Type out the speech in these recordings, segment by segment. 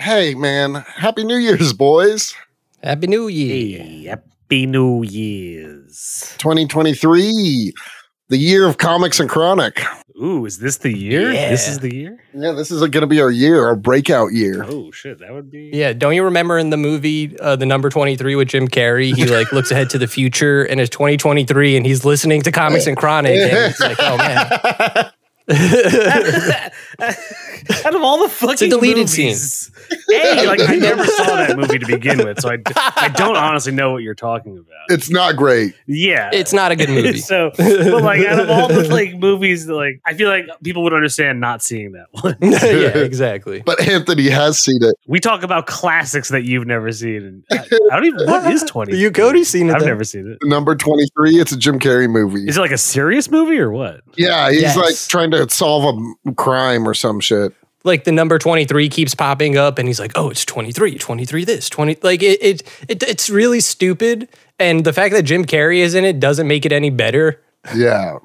Hey, man, Happy New Year's, boys. Happy New Year. Hey, happy New Year's. 2023, the year of comics and chronic. Ooh, is this the year? This Yeah. is the year? Yeah, this is going to be our year, our breakout year. Oh, shit. That would be. Yeah, don't you remember in the movie uh, The Number 23 with Jim Carrey? He like looks ahead to the future and it's 2023 and he's listening to Comics and Chronic and it's like, oh man. Out of all the fucking deleted movies, Hey, like I never saw that movie to begin with, so I, d- I don't honestly know what you're talking about. It's not great. Yeah. It's not a good movie. so, but like out of all the like movies, that, like I feel like people would understand not seeing that one. yeah, exactly. But Anthony has seen it. We talk about classics that you've never seen. And I, I don't even what is twenty. You Cody's seen it I've then. never seen it. Number 23, it's a Jim Carrey movie. Is it like a serious movie or what? yeah, he's Yes. like trying to solve a m- crime or some shit. Like the number 23 keeps popping up and he's like, oh, it's 23, 23 this, 20. Like it, it, it it's really stupid. And the fact that Jim Carrey is in it doesn't make it any better. Yeah.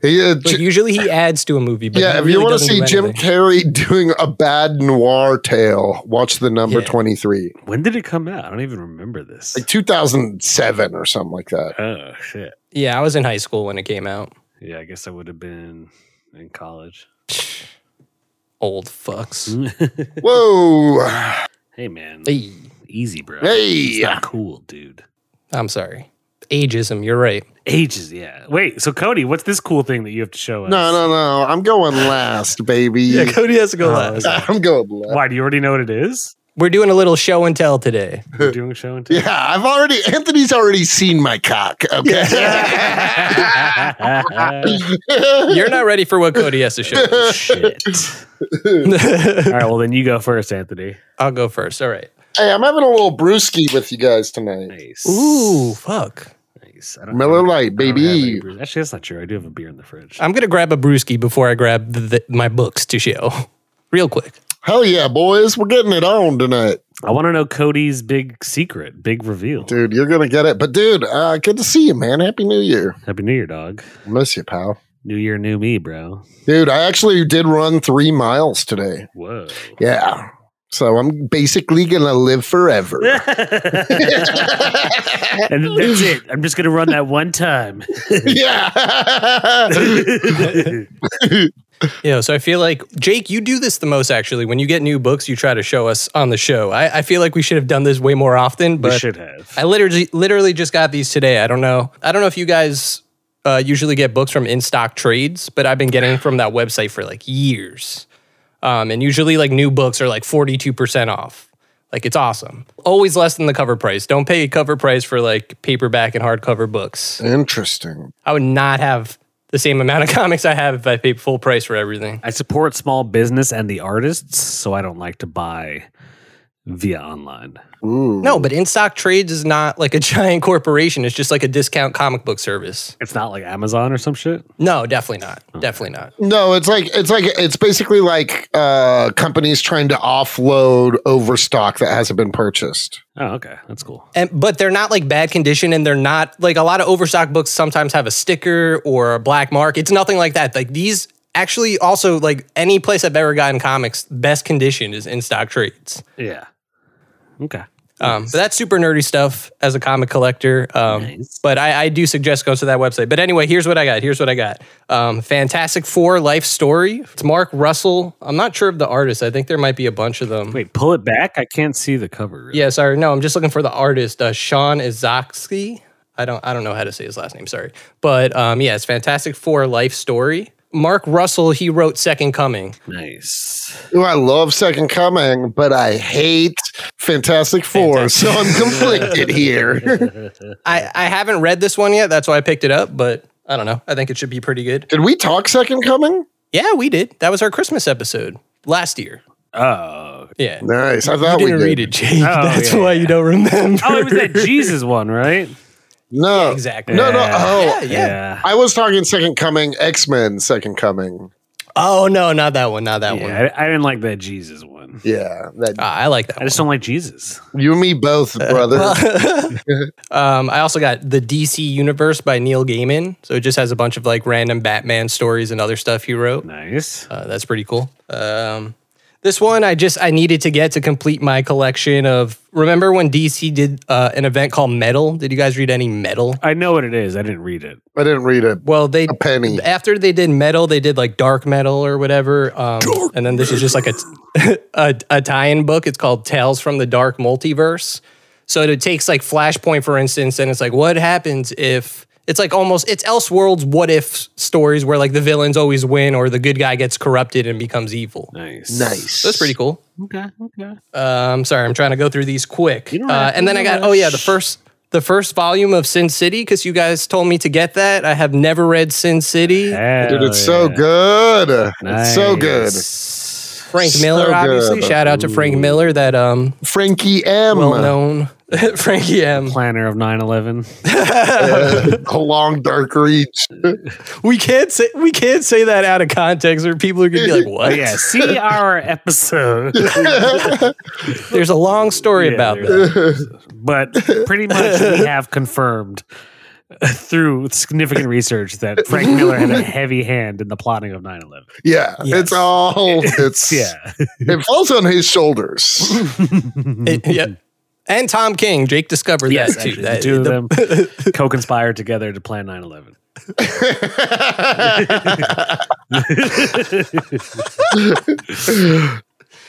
He, uh, Like J- usually he adds to a movie, but yeah, he if you really want to doesn't do see Jim anything. Carrey doing a bad noir tale, watch the number Yeah. 23, When did it come out? I don't even remember this. like 2007 or something like that. Oh shit! Yeah, I was in high school when it came out. Yeah, I guess I would have been in college. Old fucks. hey Whoa. man, Hey, easy bro. Hey. it's not cool, dude. I'm sorry. Ageism, you're right. Ages, yeah. Wait, so Cody, what's this cool thing that you have to show us? No, no, no. I'm going last, baby. Cody has to go last. I'm going last. Why do you already know what it Oh, is? We're doing a little show and tell today. We're doing a show and tell. Yeah, I've already, Anthony's already seen my cock. Okay. You're not ready for what Cody has to show. Shit. All right, well then you go first, Anthony. I'll go first. All right. hey, I'm having a little brewski with you guys tonight. Nice. Ooh, fuck. nice. I don't Miller have- Lite, I don't have any baby. Uh, brews. Actually, that's not true. I do have a beer in the fridge. I'm going to grab a brewski before I grab the, the, my books to show. Real quick. Hell yeah, boys. We're getting it on tonight. I want to know Cody's big secret, big reveal. Dude, you're going to get it. But, dude, uh, good to see you, man. Happy New Year. Happy New Year, dog. Miss you, pal. New Year, new me, bro. Dude, I actually did run three miles today. Whoa. Yeah. So I'm basically going to live forever. and that's it. I'm just gonna run that one time. yeah. Yeah, so I feel like, Jake, you do this the most actually. When you get new books, you try to show us on the show. I, I feel like we should have done this way more often, we but should have. I literally literally just got these today. I don't know. I don't know if you guys uh, usually get books from in stock trades, but I've been getting from that website for like years. Um, and usually, like new books are like forty two percent off. Like it's awesome. Always less than the cover price. Don't pay cover price for like paperback and hardcover books. Interesting. I would not have the same amount of comics I have if I paid full price for everything. I support small business and the artists, so I don't like to buy via online. Ooh. No, but in stock trades is not like a giant corporation. It's just like a discount comic book service. It's not like Amazon or some shit. No, definitely not. Definitely not. No, it's like it's like it's basically like uh companies trying to offload overstock that hasn't been purchased. Oh, okay, that's cool. and but they're not like bad condition and they're not like a lot of overstock books sometimes have a sticker or a black mark it's nothing like that like these actually also like any place i've ever gotten comics best condition is in stock trades Yeah. Okay. um, but that's super nerdy stuff as a comic collector um, Nice. but I, I do suggest go to that website but anyway here's what i got here's what i got um, fantastic four life story it's mark russell i'm not sure of the artist i think there might be a bunch of them Wait, pull it back. I can't see the cover. really. Yeah, sorry. No, I'm just looking for the artist, uh, Sean Izaksky. I don't I don't know how to say his last name, sorry. But um, yeah, it's Fantastic Four life story. Mark Russell, he wrote Second Coming. Nice. Ooh, I love Second Coming, but I hate Fantastic Four, so I'm conflicted here. I, I haven't read this one yet, that's why I picked it up, but I don't know. I think it should be pretty good. Did we talk Second Coming? Yeah, we did. That was our Christmas episode last year. Oh. Yeah. Nice. I You thought we didn't did. read it, Jake. that's yeah, why you don't remember. Oh, it was that Jesus one, right? No, exactly. No, no. Yeah. Oh, Yeah. I was talking Second Coming, X Men, Second Coming. Oh no, not that one, not that one. Yeah, I, I didn't like that Jesus one. Yeah, that Ah, Uh, I like that I just don't like Jesus. you and me both, brother. Um, I also got the DC Universe by Neil Gaiman. So it just has a bunch of like random Batman stories and other stuff he wrote. Nice. Uh, that's pretty cool. Um, This one I just I needed to get to complete my collection of. Remember when DC did uh, an event called Metal? Did you guys read any Metal? I know what it is. I didn't read it. I didn't read it. Well, they A penny. after they did metal, they did like dark metal or whatever. Um, and then this is just like a, t- a a tie-in book. It's called Tales from the Dark Multiverse. So it takes like Flashpoint, for instance, and it's like what happens if it's like almost it's Elseworlds what if stories where like the villains always win or the good guy gets corrupted and becomes evil. Nice. Nice. That's pretty cool. Okay. Okay. Um, sorry, I'm trying to go through these quick. don't Uh, have to and then I got rush. oh yeah, the first the first volume of Sin City because you guys told me to get that. I have never read Sin City. Dude, it's so Oh, good. It's so good. Frank So Miller, good. obviously. Shout out to Frank Miller, that um Frankie M. well known Frankie M. Planner of 9 11. a long dark reach. We can't say we can't say that out of context, or people are gonna be like, "What?" Oh, yeah. See our episode. There's a long story Yeah, about there that. is. But pretty much we have confirmed through significant research that Frank Miller had a heavy hand in the plotting of 9 11. Yeah, Yes. it's all it's yeah. Yeah. It falls on his shoulders. It- yeah. And Tom King, Jake discovered Yes, that too. actually, the That- two of the- them co conspired together to plan 9 11. Uh,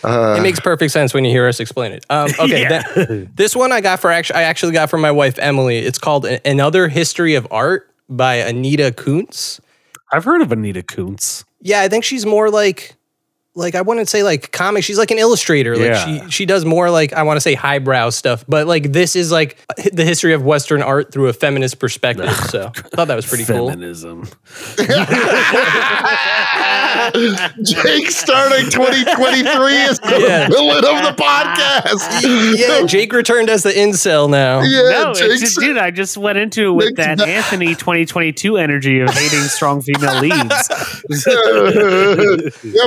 Uh. it makes perfect sense when you hear us explain it. Um, okay, Yeah. then- this one I got for actually I actually got from my wife Emily. It's called A- Another History of Art by Anita Kuntz. I've heard of Anita Kuntz. Yeah, I think she's more like like I wouldn't say like comic. She's like an illustrator. Like Yeah. she she does more like I want to say highbrow stuff, but like this is like the history of Western art through a feminist perspective. so I thought that was pretty cool. Feminism. Jake starting 2023 is the Yeah. villain of the podcast. Yeah, Jake returned as the incel now. Yeah, No, it's Jake's- just, dude, I just went into it with Makes that Anthony 2022 energy of hating strong female leads. yeah,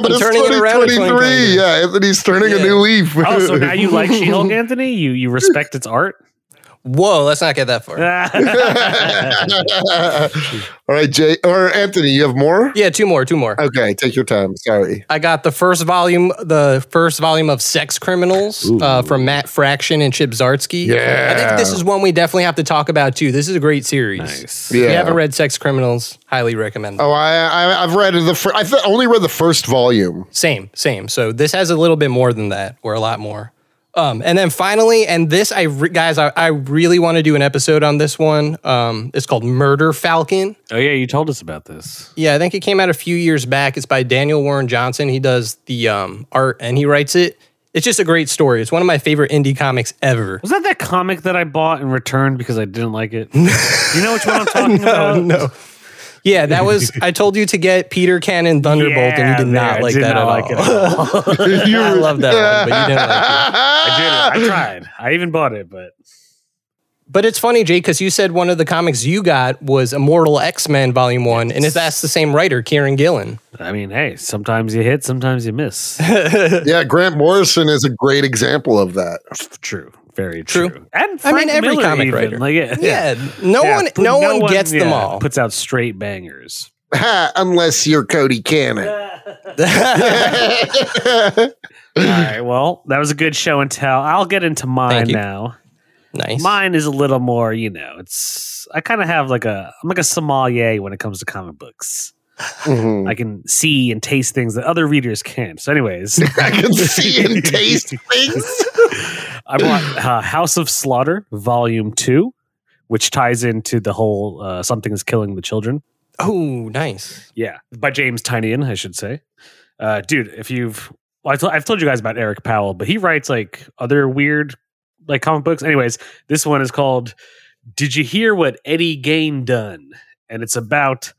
but I'm it's turning it around in 2023. Yeah, Anthony's turning a Yeah. new leaf. Oh, so now you like She Hulk, Anthony? You you respect its art? Oh, Whoa, let's not get that far. all right, Jay or Anthony, you have more? Yeah, two more, two more. Okay, take your time. Sorry. I got the first volume, the first volume of Sex Criminals uh, from Matt Fraction and Chip Zartsky. Yeah. I think this is one we definitely have to talk about too. This is a great series. If Yeah. you haven't read Sex Criminals, highly recommend. it. Oh, I, I I've read the fir- I've only read the first volume. Same, same. So this has a little bit more than that, or a lot more. Um, and then finally, and this I re- guys, I, I really want to do an episode on this one. Um, it's called Murder Falcon. Oh yeah, you told us about this. Yeah, I think it came out a few years back. It's by Daniel Warren Johnson. He does the um, art and he writes it. It's just a great story. It's one of my favorite indie comics ever. Was that that comic that I bought and returned because I didn't like it? you know which one I'm talking about? no. Yeah, that was. I told you to get Peter Cannon Thunderbolt, and you did Yeah, not there, I like did that not at like all. it at all. I love that one, but you didn't like it. I did. it. I tried. I even bought it, but But it's funny, Jake, because you said one of the comics you got was Immortal X Men Volume One, and if that's the same writer, Kieran Gillen. I mean, hey, sometimes you hit, sometimes you miss. Yeah, Grant Morrison is a great example of that. true. Very True. true. And I Frank mean, every Miller comic even. writer. Like, yeah, Yeah, no Yeah, one, put- no, one, gets them yeah, all. Puts out straight bangers. Ha, unless you're Cody Cannon. Mhm. all right. Well, that was a good show and tell. I'll get into mine you. now. nice. Mine is a little more, you know, it's I kind of have like a I'm like a sommelier when it comes to comic books. Mhm. I can see and taste things that other readers can't. So, anyways, I can see and taste things. I bought uh, House of Slaughter Volume Two, which ties into the whole uh, "Something Is Killing the Children." oh, nice. Yeah, by James Tynion, I should say. Uh, dude, if you've well, I have told you guys about Eric Powell, but he writes like other weird like comic books. Anyways, this one is called "Did You Hear What Eddie Gain Done?" and it's about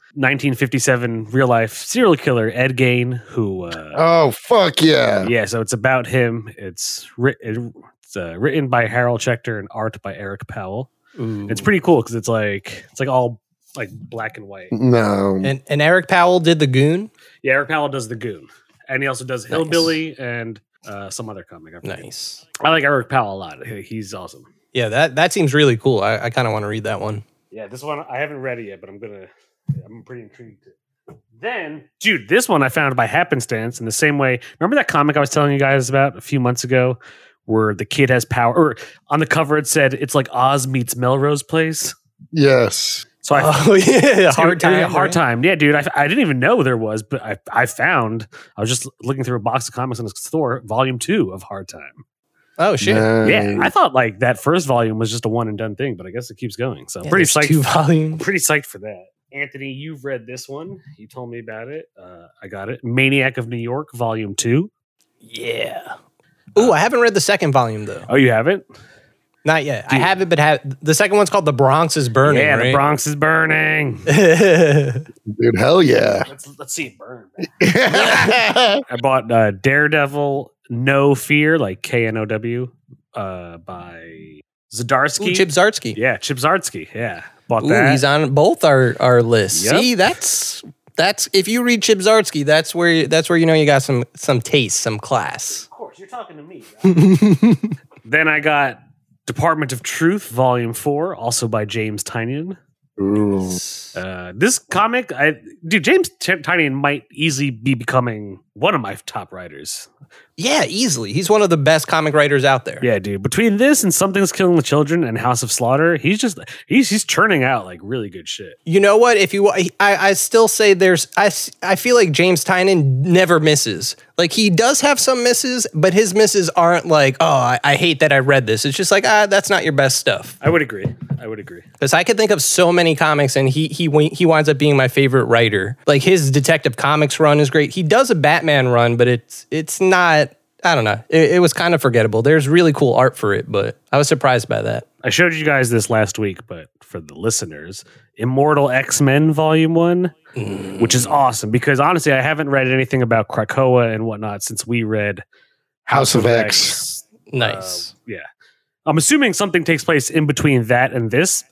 1957 real life serial killer Ed Gain, who uh, Oh fuck yeah! yeah, so it's about him. It's, writ- it's uh, written by Harold Schechter and art by Eric Powell. It's pretty cool because it's like it's like all like black and white. No, And, and Eric Powell did the Goon. Yeah, Eric Powell does the Goon, and he also does Hillbilly and uh, some other comic. I forget. Nice. I like Eric Powell a lot. He- He's awesome. Yeah, that that seems really cool. I, I kind of want to read that one. Yeah, this one I haven't read it yet, but I'm gonna. I'm pretty intrigued. Then, dude, this one I found by happenstance in the same way. Remember that comic I was telling you guys about a few months ago where the kid has power, or on the cover it said it's like Oz meets Melrose Place? Yes. So I Oh yeah, hard Dude, time. yeah, hard right? time. Yeah, dude. I, I didn't even know there was, but I I found I was just looking through a box of comics in a store, volume two of Hard Time. Oh shit. Yeah, I Nice. thought like that first volume was just a one and done thing, but I guess it keeps going. So I'm Yeah, pretty there's Two psyched. volumes. Pretty psyched for that. Anthony, you've read this one. You told me about it. Uh, I got it. Maniac of New York, volume two. Yeah. Ooh, I haven't read the second volume though. Oh, you haven't? Not yet. Dude. I have it, but have the second one's called "The Bronx Is Burning." yeah, the right? Bronx is burning. Dude, hell yeah. let's let's see it burn. man. yeah. I bought uh, Daredevil No Fear, like K N O W, uh, by Zadarsky. Ooh, Chip Zartsky. Yeah, Chip Zardsky. Yeah, bought Ooh, that. he's on both our our lists. Yep. See, that's that's if you read Chip Zartsky, that's where that's where you know you got some some taste, some class. of course, you're talking to me. then I got Department of Truth, Volume Four, also by James Tynion. Ooh. Uh, this comic, I dude, James T- Tynion might easily be becoming one of my top writers. yeah, easily. He's one of the best comic writers out there. Yeah, dude. Between this and Something's Killing the Children and House of Slaughter, he's just he's he's churning out like really good shit. You know what? If you, I, I still say there's, I, s- I feel like James Tynan never misses. Like he does have some misses, but his misses aren't like, oh, I, I hate that I read this. It's just like, ah, that's not your best stuff. I would agree. I would agree. Because I could think of so many comics, and he he wi- he winds up being my favorite writer. Like his Detective Comics run is great. He does a Batman run, but it's it's not. I don't know. It, it was kind of forgettable. There's really cool art for it, but I was surprised by that. I showed you guys this last week, but for the listeners, Immortal X Men Volume One, which is awesome because honestly, I haven't read anything about Krakoa and whatnot since we read House of X. Nice. Uh, yeah, I'm assuming something takes place in between that and this.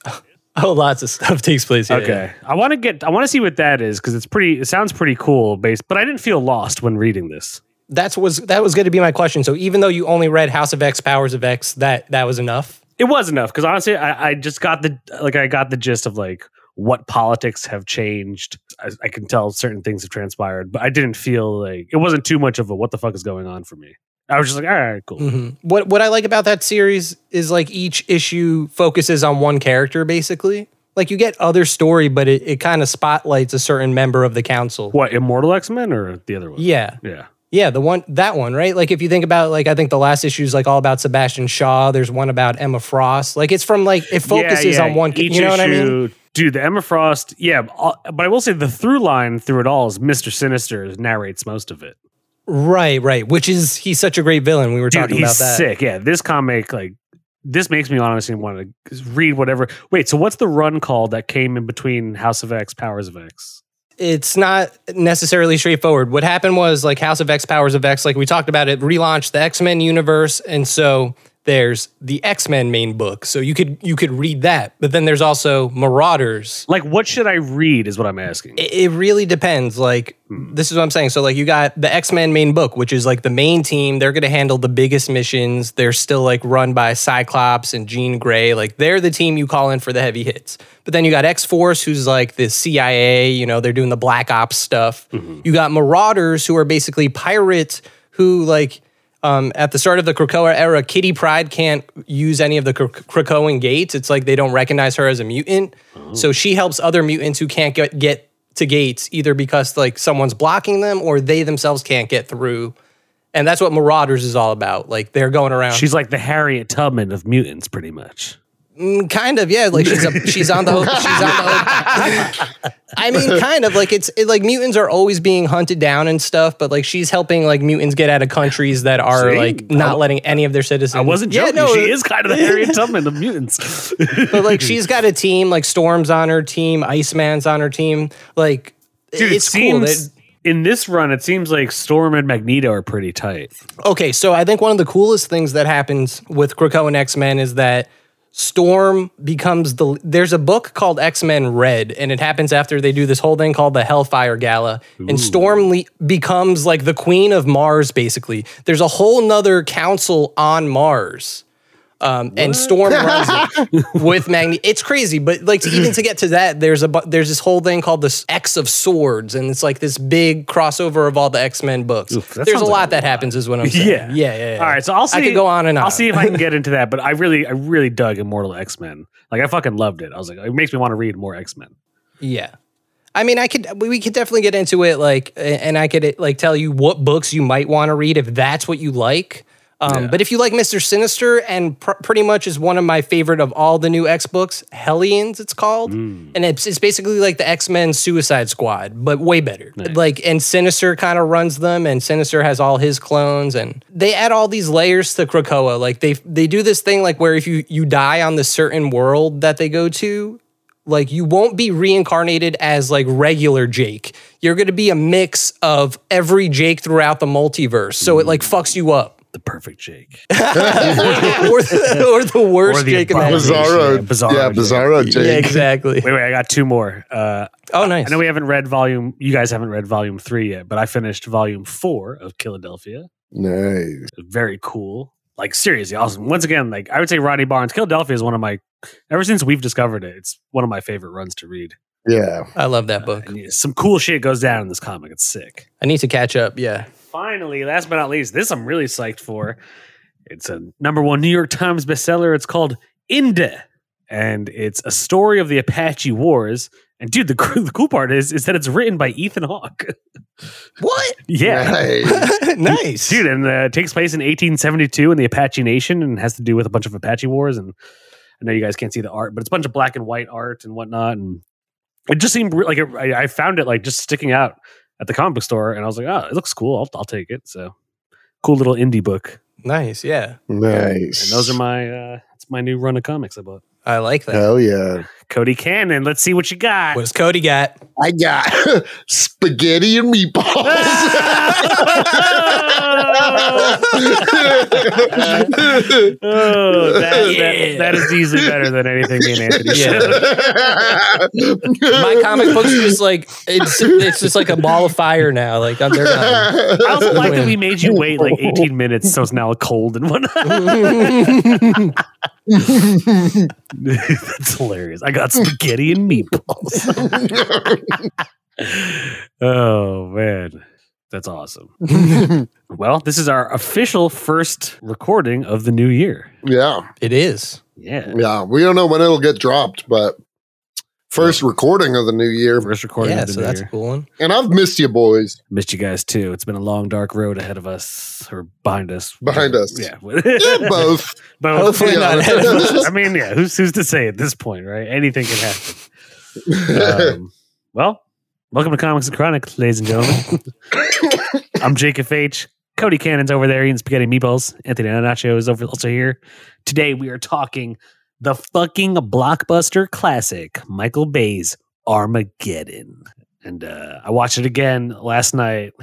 oh, lots of stuff takes place. here. okay, I want to get, I want to see what that is because it's pretty. It sounds pretty cool, based, but I didn't feel lost when reading this. That's was that was going to be my question. So even though you only read House of X, Powers of X, that that was enough. it was enough because honestly I, I just got the like i got the gist of like what politics have changed I, I can tell certain things have transpired but i didn't feel like it wasn't too much of a what the fuck is going on for me i was just like all right cool Mhm. What what I like about that series is like each issue focuses on one character basically. Like you get other story, but it, it kind of spotlights a certain member of the council. what immortal x-men or the other one Yeah, yeah yeah, the one that one right. Like if you think about like I think the last issue is like all about Sebastian Shaw. There's one about Emma Frost. Like it's from like it focuses Yeah, yeah, on one. each you know what I mean? issue- dude the emma frost yeah all- but i will say the through line through it all is mr sinister narrates most of it Right, right. Which is he's such a great villain. We were Dude, talking he's about that. sick. Yeah, this comic like this makes me honestly want to read whatever. Wait, so what's the run called that came in between House of X, Powers of X? it's not necessarily straightforward. What happened was like House of X, Powers of X, like we talked about, it relaunched the X Men universe, and so there's the X Men main book, so you could you could read that. But then there's also Marauders. Like, what should I read? Is what I'm asking. It, it really depends. Like this is what I'm saying. So like you got the X Men main book, which is like the main team. They're gonna handle the biggest missions. They're still like run by Cyclops and Jean Grey. Like they're the team you call in for the heavy hits. But then you got X Force, who's like the CIA. You know they're doing the black ops stuff. You got Marauders, who are basically pirates who like um, at the start of the Krakoa era, Kitty Pride can't use any of the Kra- Krakoan gates. It's like they don't recognize her as a mutant. Oh. So she helps other mutants who can't get, get to gates either because like someone's blocking them or they themselves can't get through. And that's what Marauders is all about. Like they're going around. She's like the Harriet Tubman of mutants, pretty much. Mm, kind of, yeah. Like she's a, she's on the hook. She's on the hook. I mean, kind of like it's it, like mutants are always being hunted down and stuff, but like she's helping like mutants get out of countries that are See? like not letting any of their citizens. I wasn't joking. Yeah, no, she is kind of the Harriet Tubman of mutants. but like she's got a team. Like Storm's on her team. Iceman's on her team. Like Dude, it it's cool. that- seems in this run, it seems like Storm and Magneto are pretty tight. Okay, so I think one of the coolest things that happens with Krakoan X Men is that Storm becomes the. There's a book called X Men Red, and it happens after they do this whole thing called the Hellfire Gala, and Storm le- becomes like the queen of Mars. Basically, there's a whole nother council on Mars um, and Storm Rising with Magni. It's crazy, but like to, even to get to that, there's a bu- there's this whole thing called the X of Swords, and it's like this big crossover of all the X Men books. Oof, that there's a sounds lot like a that happens, is what I'm saying. Yeah. Yeah, yeah. yeah, All right, so I'll see. I could go on and on. I'll see if I can get into that, but I really, I really dug Immortal X Men. Like I fucking loved it. I was like, it makes me want to read more X Men. Yeah. I mean, I could we we could definitely get into it, like, a- and I could like tell you what books you might want to read if that's what you like. Um, But if you like Mister Sinister, and pr- pretty much is one of my favorite of all the new X books, Hellions, it's called, and it's it's basically like the X Men Suicide Squad, but way better. Like, and Sinister kind of runs them, and Sinister has all his clones, and they add all these layers to Krakoa. Like they they do this thing like where if you you die on the certain world that they go to, like you won't be reincarnated as like regular Jake. You're going to be a mix of every Jake throughout the multiverse. So it like fucks you up. The perfect Jake, or, the, or the worst Jake in that. abomination. Bizarro. Yeah, Yeah, Bizarro Jake. Bizarro Jake. Yeah, exactly. Wait, wait, I got two more. Uh, Oh, nice. I know we haven't read volume. You guys haven't read volume three yet, but I finished volume four of Philadelphia. Nice. Very cool. Like seriously awesome. Once again, like I would say, Rodney Barnes. Philadelphia is one of my. Ever since we've discovered it, it's one of my favorite runs to read. Yeah. I love that book. And, yeah, some cool shit goes down in this comic. It's sick. I need to catch up. Yeah. finally, last but not least, this I'm really psyched for. It's a number one New York Times bestseller. It's called Inda, and it's a story of the Apache Wars. And dude, the, coo- the cool part is is that it's written by Ethan Hawke. What? yeah, Nice. nice. dude, and uh, it takes place in 1872 in the Apache Nation, and has to do with a bunch of Apache wars. And I know you guys can't see the art, but it's a bunch of black and white art and whatnot. And it just seemed re- like it, I, I found it like just sticking out at the comic book store, and I was like, oh, it looks cool. I'll, I'll take it. So cool little indie book. Nice. Yeah. nice. And those are my uh it's my new run of comics I bought. I like that. Hell yeah. Cody Cannon, let's see what you got. What does Cody got? I got spaghetti and meatballs. Oh, that, that, Yeah. that is easily better than anything me and Anthony Yeah. said. My comic book's just like, it's, it's just like a ball of fire now. Like, I'm they're done. I also like that we made you wait like 18 minutes, so it's now cold and whatnot. That's hilarious. I got spaghetti and meatballs. oh man, that's awesome. Well, this is our official first recording of the new year. yeah. It is. Yeah, Yeah. We don't know when it'll get dropped, but first recording of the new year. first recording Yeah. of the So new that's a year. cool one. And I've missed you boys. Missed you guys too. It's been a long dark road ahead of us or behind us. Behind us. Yeah. Yeah, both. Both. Hopefully Yeah. not ahead of us. I mean, yeah, who's who's to say at this point, right? Anything can happen. Um, well, welcome to Comics and Chronic, ladies and gentlemen. I'm Jake FH. Cody Cannon's over there eating spaghetti and meatballs. Anthony Anacho is over also here. Today we are talking the fucking blockbuster classic, Michael Bay's Armageddon. And uh, I watched it again last night.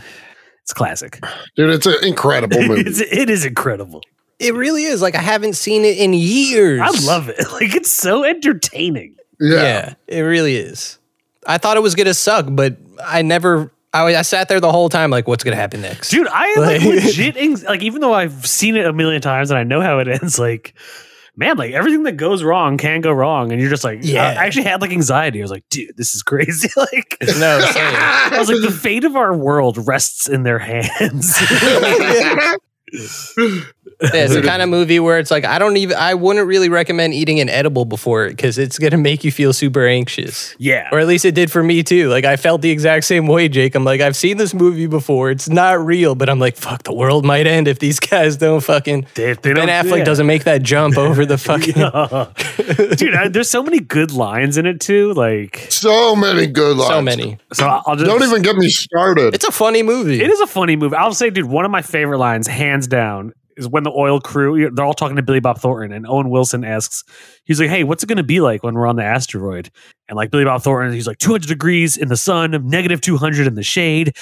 It's classic. Dude, it's an incredible movie. It's, it is incredible. It really is. Like I haven't seen it in years. I love it. Like it's so entertaining. Yeah. Yeah. it really is. I thought it was gonna suck, but I never. I, I sat there the whole time, like, what's gonna happen next? dude i am like Like- legit anx- like even though i've seen it a million times and i know how it ends like man like everything that goes wrong can go wrong and you're just like Yeah. i, I actually had like anxiety i was like dude this is crazy like No, same. i was like the fate of our world rests in their hands it's the kind of movie where it's like I don't even. I wouldn't really recommend eating an edible before it because it's gonna make you feel super anxious. yeah Or at least it did for me too. Like I felt the exact same way, Jake. I'm like, I've seen this movie before. It's not real, but I'm like, fuck, the world might end if these guys don't fucking. They- Ben they don't- Affleck yeah. doesn't make that jump over the fucking. dude I, there's so many good lines in it too like so many good lines. So many. so i'll just Don't even get me started. It's a funny movie. It is a funny move. I'll say, dude, one of my favorite lines, hands down, is when the oil crew, they're all talking to Billy Bob Thornton, and Owen Wilson asks, he's like, hey, what's it going to be like when we're on the asteroid? And like Billy Bob Thornton, he's like, 200 degrees in the sun, negative 200 in the shade,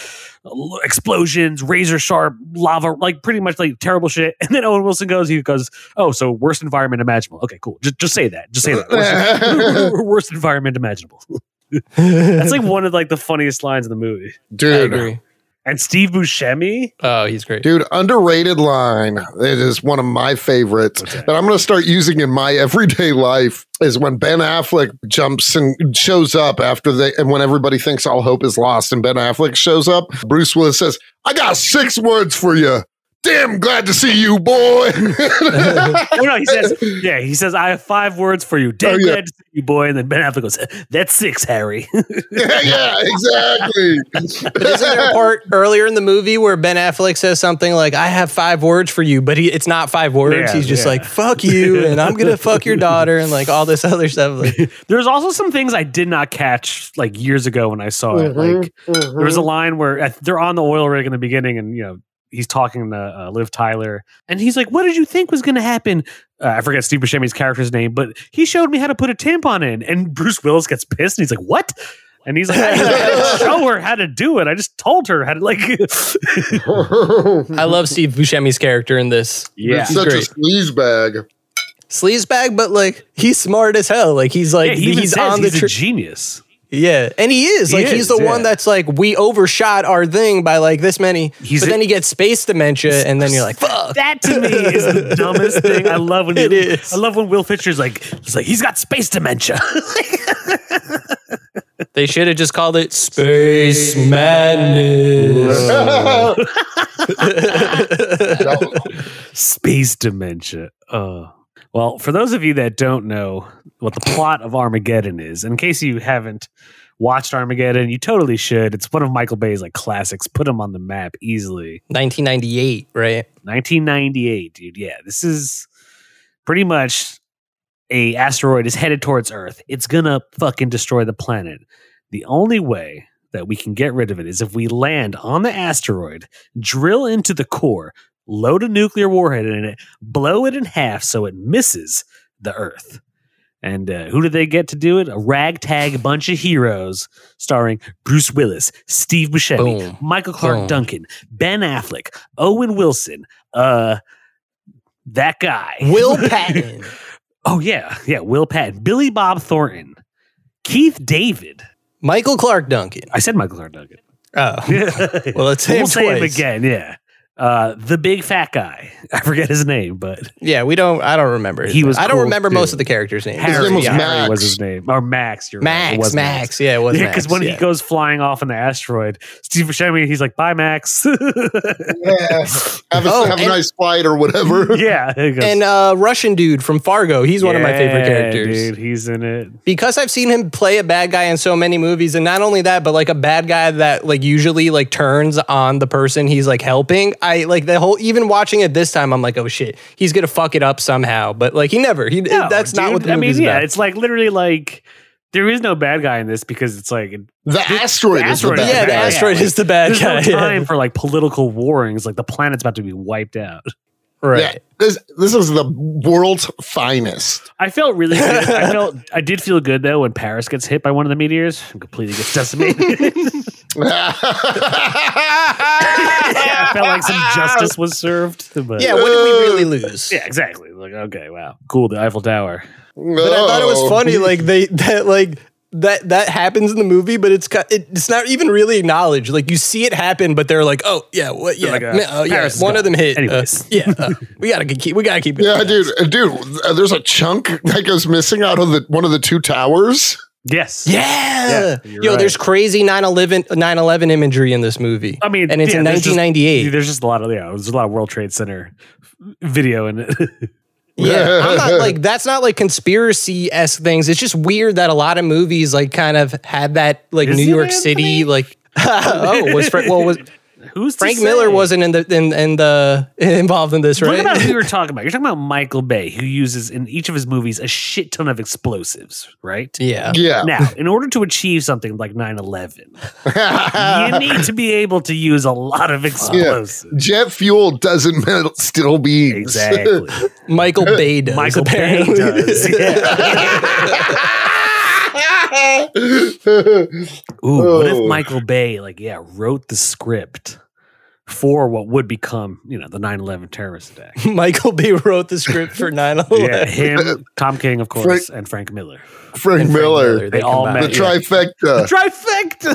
l- explosions, razor sharp lava, like pretty much like terrible shit. And then Owen Wilson goes, he goes, oh, so worst environment imaginable. Okay, cool. Just, just say that. Just say that. Worst, worst environment imaginable. That's like one of like the funniest lines in the movie. I Dude, agree. and Steve Buscemi. Oh, he's great. Dude, underrated line. It is one of my favorites that I'm going to start using in my everyday life is when Ben Affleck jumps and shows up after they, and when everybody thinks all hope is lost and Ben Affleck shows up, Bruce Willis says, I got six words for you. Damn glad to see you, boy. Oh no, he says, yeah, he says, I have five words for you. Damn Oh, yeah. glad to see you, boy. And then Ben Affleck goes, that's six, Harry. yeah, yeah, exactly. But isn't there a part earlier in the movie where Ben Affleck says something like, I have five words for you, but he, it's not five words. Yeah, He's just yeah. like, fuck you, and I'm going to fuck your daughter, and like all this other stuff. Like, There's also some things I did not catch like years ago when I saw it. Mm-hmm, Like there was a line where uh, they're on the oil rig in the beginning, and you know he's talking to uh, Liv Tyler, and he's like, "What did you think was going to happen?" Uh, I forget Steve Buscemi's character's name, but he showed me how to put a tampon in, and Bruce Willis gets pissed, and he's like, "What?" And he's like, I didn't show her how to do it. I just told her how to like. I love Steve Buscemi's character in this. yeah, It's such Great. a sleaze bag. Sleazebag, but like, he's smart as hell. Like, he's like, yeah, he even he's says on he's the a tr- genius. Yeah, and he is He like is, he's the yeah. one that's like we overshot our thing by like this many, He's but a- then he gets space dementia, and then you're like, fuck. That to me is the dumbest thing. I love when It you- is. I love when Will Fisher's like, he's like he's got space dementia. They should have just called it space madness. space dementia. Uh. Well, for those of you that don't know what the plot of Armageddon is, in case you haven't watched Armageddon, you totally should. It's one of Michael Bay's like classics. Put him on the map easily. 1998, right? 1998, dude. Yeah, this is pretty much a asteroid is headed towards Earth. It's gonna fucking destroy the planet. The only way that we can get rid of it is if we land on the asteroid, drill into the core, load a nuclear warhead in it, blow it in half so it misses the Earth. And uh, who do they get to do it? A ragtag bunch of heroes starring Bruce Willis, Steve Buscemi, Boom. Michael Clark Boom. Duncan, Ben Affleck, Owen Wilson, uh, that guy. Will Patton. oh yeah, yeah. Will Patton, Billy Bob Thornton, Keith David. Michael Clark Duncan. I said Michael Clark Duncan. Oh. well, Well, let's say, we'll it say him twice. again. Yeah, uh, the big fat guy. I forget his name, but Yeah, we don't. I don't remember. his He name. was I don't cool, remember too. most of the characters' names. Harry, name was yeah. Max. Harry was his name, or Max. You're right. It Max. was Max. Yeah, it was Yeah, Max. because when yeah. he goes flying off in the asteroid, Steve Buscemi, he's like, "Bye, Max." Yeah. Have a, Oh, have a and- nice flight or whatever. yeah, he goes, and uh, Russian dude from Fargo, he's one of my favorite "Yeah, characters. Dude, he's in it. because I've seen him play a bad guy in so many movies, and not only that, but like a bad guy that like usually like turns on the person he's like helping. I like the whole even watching it this time, I'm like, oh shit, he's gonna fuck it up somehow. But like he never, he No, that's not dude. what the I mean. movie's Yeah, about. it's like literally like there is no bad guy in this because it's like The asteroid is the asteroid- bad yeah, the guy. asteroid Yeah, is the bad there's guy. no yeah. time for like political warrings. Like the planet's about to be wiped out. Right. Yeah, this this is the world's finest. I felt really. Good. I felt. I did feel good though when Paris gets hit by one of the meteors and completely gets decimated. I felt like some justice was served. But Yeah, what did we really lose? Yeah, exactly. Like, okay, wow, cool. The Eiffel Tower. But I thought it was funny, like they that like that that happens in the movie, but it's ki- it, it's not even really acknowledged. Like you see it happen, but they're like, oh yeah, what yeah, like, uh, ma- oh, yeah. Paris is one of gone. them hit. uh, Anyways. yeah, uh, we gotta keep we gotta keep. Going. Yeah, dude, uh, dude. uh, There's a chunk that goes missing out of the one of the two towers. Yes. Yeah. Yeah, you're Yo, right. there's crazy 9/11, 9/11 imagery in this movie. I mean, and it's yeah, in there's just- 1998. There's just a lot of yeah. There's a lot of World Trade Center video in it. Yeah, I'm not like that's not like conspiracy esque things. It's just weird that a lot of movies like kind of had that like Is New it, York City Anthony? like. oh, was Frank, well was Who's to Frank say? Miller wasn't in the in, in the involved in this, Look right? about who you're talking about. You're talking about Michael Bay, who uses in each of his movies a shit ton of explosives, right? yeah. Yeah, Now, in order to achieve something like 9 11, you need to be able to use a lot of explosives. jet fuel doesn't melt steel beams. Exactly. Michael Bay does. Michael Bay apparently. does. Yeah. Ooh, Ooh, what if Oh. Oh. Michael Bay, like, yeah, wrote the script for what would become, you know, the 9/11 terrorist attack. Michael Bay wrote the script for 9 Yeah, 11. him, Tom King, of course, and Frank Miller. Frank, Miller, They all the met, yeah. Uh. trifecta, Trifecta,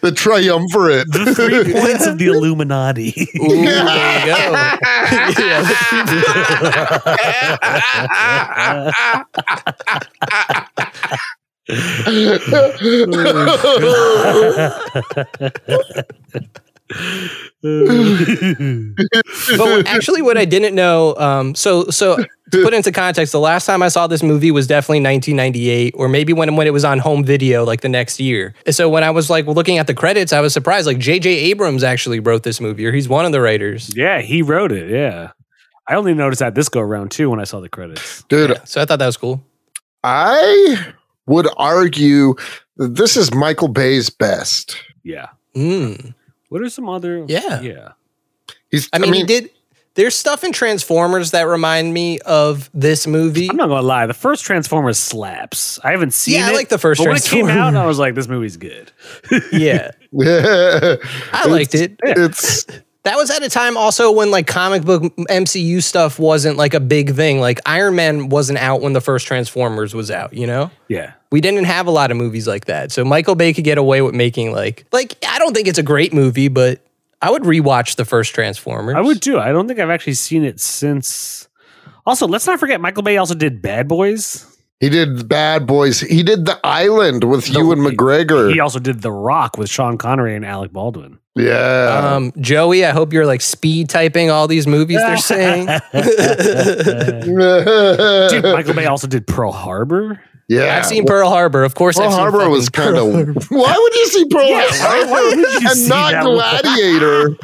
the triumvirate. the three points of the Illuminati. Ooh, there you go. yeah. But actually, what I didn't know, um, so so to put into context, the last time I saw this movie was definitely 1998, or maybe when when it was on home video, like the next year. And so when I was like looking at the credits, I was surprised. Like J.J. Abrams actually wrote this movie, or he's one of the writers. yeah, he wrote it. Yeah, I only noticed that this go around too when I saw the credits. Dude, So I thought that was cool. I would argue that this is Michael Bay's best. Yeah. Mm. What are some other? Yeah. yeah. He's, I mean, he did. There's stuff in Transformers that remind me of this movie. I'm not gonna lie. The first Transformers slaps. I haven't seen Yeah, it. I like the first but when it came out, Transformers. I was like, "This movie's good." yeah, I liked it. It's That was at a time also when like comic book MCU stuff wasn't like a big thing. Like Iron Man wasn't out when the first Transformers was out, you know? Yeah, We didn't have a lot of movies like that. So Michael Bay could get away with making like like I don't think it's a great movie, but I would rewatch the first Transformers. I would too. I don't think I've actually seen it since. Also, let's not forget Michael Bay also did Bad Boys. he did Bad Boys. He did The Island with you and McGregor. He also did The Rock with Sean Connery and Alec Baldwin. yeah. uh, um Joey, I hope you're like speed typing all these movies they're saying. Uh, Dude, Michael Bay also did Pearl Harbor. yeah. I've seen Pearl Harbor, of course. Pearl I've seen Harbor fucking was Pearl kind of. Why would you see Pearl Yeah, why- Harbor why would you and see not that one? Gladiator?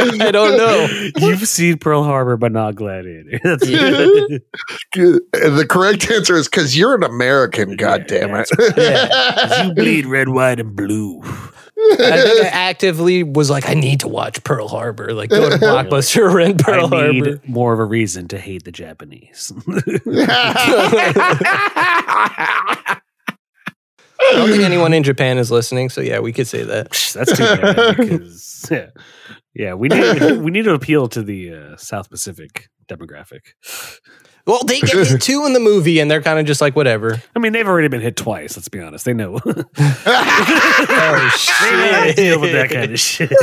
I don't know. You've seen Pearl Harbor, but not Gladiator. That's the correct answer is because you're an American. God damn it! you bleed red, white, and blue. I think I actively was like, I need to watch Pearl Harbor. Like go to Blockbuster rent Pearl I need Harbor. more of a reason to hate the Japanese. I don't think anyone in Japan is listening, so yeah, we could say that. That's too bad because yeah, yeah we need we need to appeal to the uh, South Pacific demographic. Well, they get hit two in the movie, and they're kind of just like whatever. I mean, they've already been hit twice. Let's be honest; they know they know Oh how to shit! deal with that kind of shit.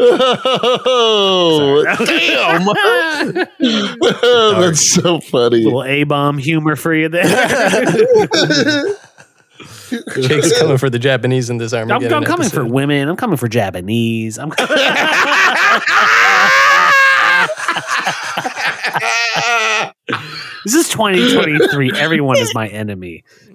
oh, damn! Oh, That's so funny. Little a bomb humor for you there. Jake's coming for the Japanese in this army. I'm, I'm coming for women. I'm coming for Japanese. I'm coming. this is 2023. Everyone is my enemy.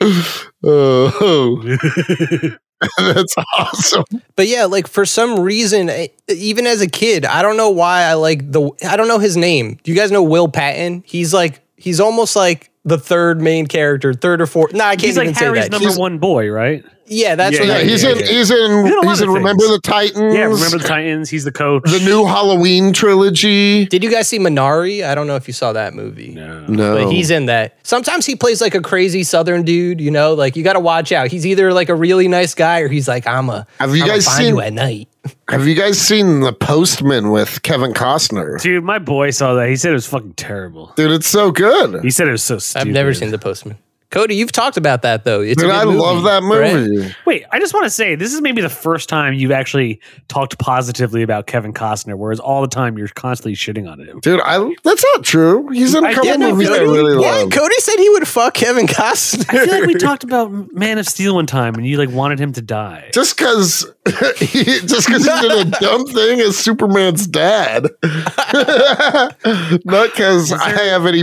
oh, that's awesome. But yeah, like for some reason, I- even as a kid, I don't know why I like the. I don't know his name. Do you guys know Will Patton? He's like he's almost like the third main character, third or fourth. No, I can't He's even like say Harry's that. number He's- one boy, right? Yeah, that's Yeah, what. Yeah, I, he's yeah, in. yeah. He's He in. did a lot He's of in. Remember things. the Titans. Yeah, remember the Titans? He's the coach. the new Halloween trilogy. Did you guys see Minari? I don't know if you saw that movie. no. No, But he's in that. Sometimes he plays like a crazy southern dude, you know, like you got to watch out. He's either like a really nice guy or he's like, I'm a. Have you I'ma guys find seen- you at night? Have you guys seen The Postman with Kevin Costner? Dude, my boy saw that. He said it was fucking terrible. Dude, it's so good. He said it was so stupid. I've never seen The Postman. Cody, you've talked about that though. It's a Dude, good I love movie, that right? movie. Wait, I just want to say this is maybe the first time you've actually talked positively about Kevin Costner, whereas all the time you're constantly shitting on him. Dude, I that's not true. He's in I a couple didn't movies I really- really yeah, love. Cody said he would fuck Kevin Costner. I feel like we talked about Man of Steel one time, and you like wanted him to die. Just because he just because he did a dumb thing as Superman's dad. not because I have any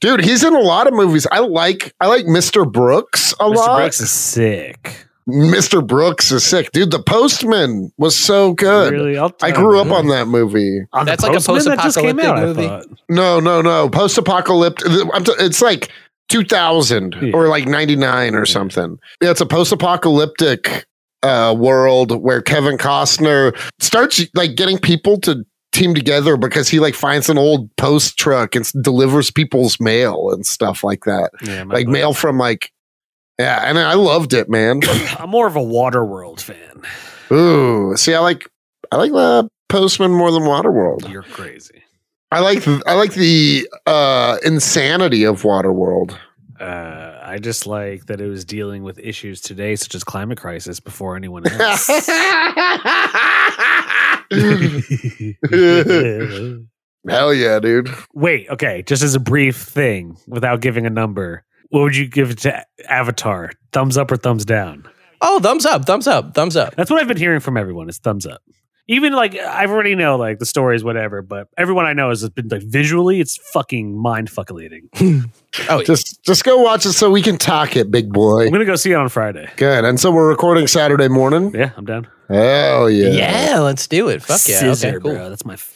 Dude, he's in a lot of movies. I like I like Mr. Brooks a Mr. lot. Brooks is sick. Mr. Brooks is sick. Dude, The Postman was so good. Really, I'll I grew up on that movie. on That's like a Postman that just came post-apocalyptic out, I thought. No, no, no. Post apocalyptic. It's like 2000 Yeah. or like 99 or something. Yeah, it's a post apocalyptic uh, world where Kevin Costner starts like getting people to team together because he like finds an old post truck and s- delivers people's mail and stuff like that. Yeah, my Like book. mail from like yeah, and I loved it, man. I'm more of a Waterworld fan. Ooh, see, I like I like the Postman more than Waterworld. You're crazy. I like I like the uh insanity of Waterworld. Uh, I just like that it was dealing with issues today, such as climate crisis, before anyone else. Hell yeah, dude! Wait, okay. Just as a brief thing, without giving a number, what would you give to Avatar? Thumbs up or thumbs down? Oh, thumbs up, thumbs up, thumbs up. That's what I've been hearing from everyone. Is thumbs up. Even like I've already know like the story is whatever, but everyone I know has been like visually, it's fucking mind fuckulating. Oh, yeah. Just just go watch it so we can talk it, big boy. I'm gonna go see it on Friday. Good, and so we're recording Saturday morning. Yeah, I'm down. Hell yeah! yeah, let's do it. Fuck yeah. Scissor, okay, cool. bro. That's my. F-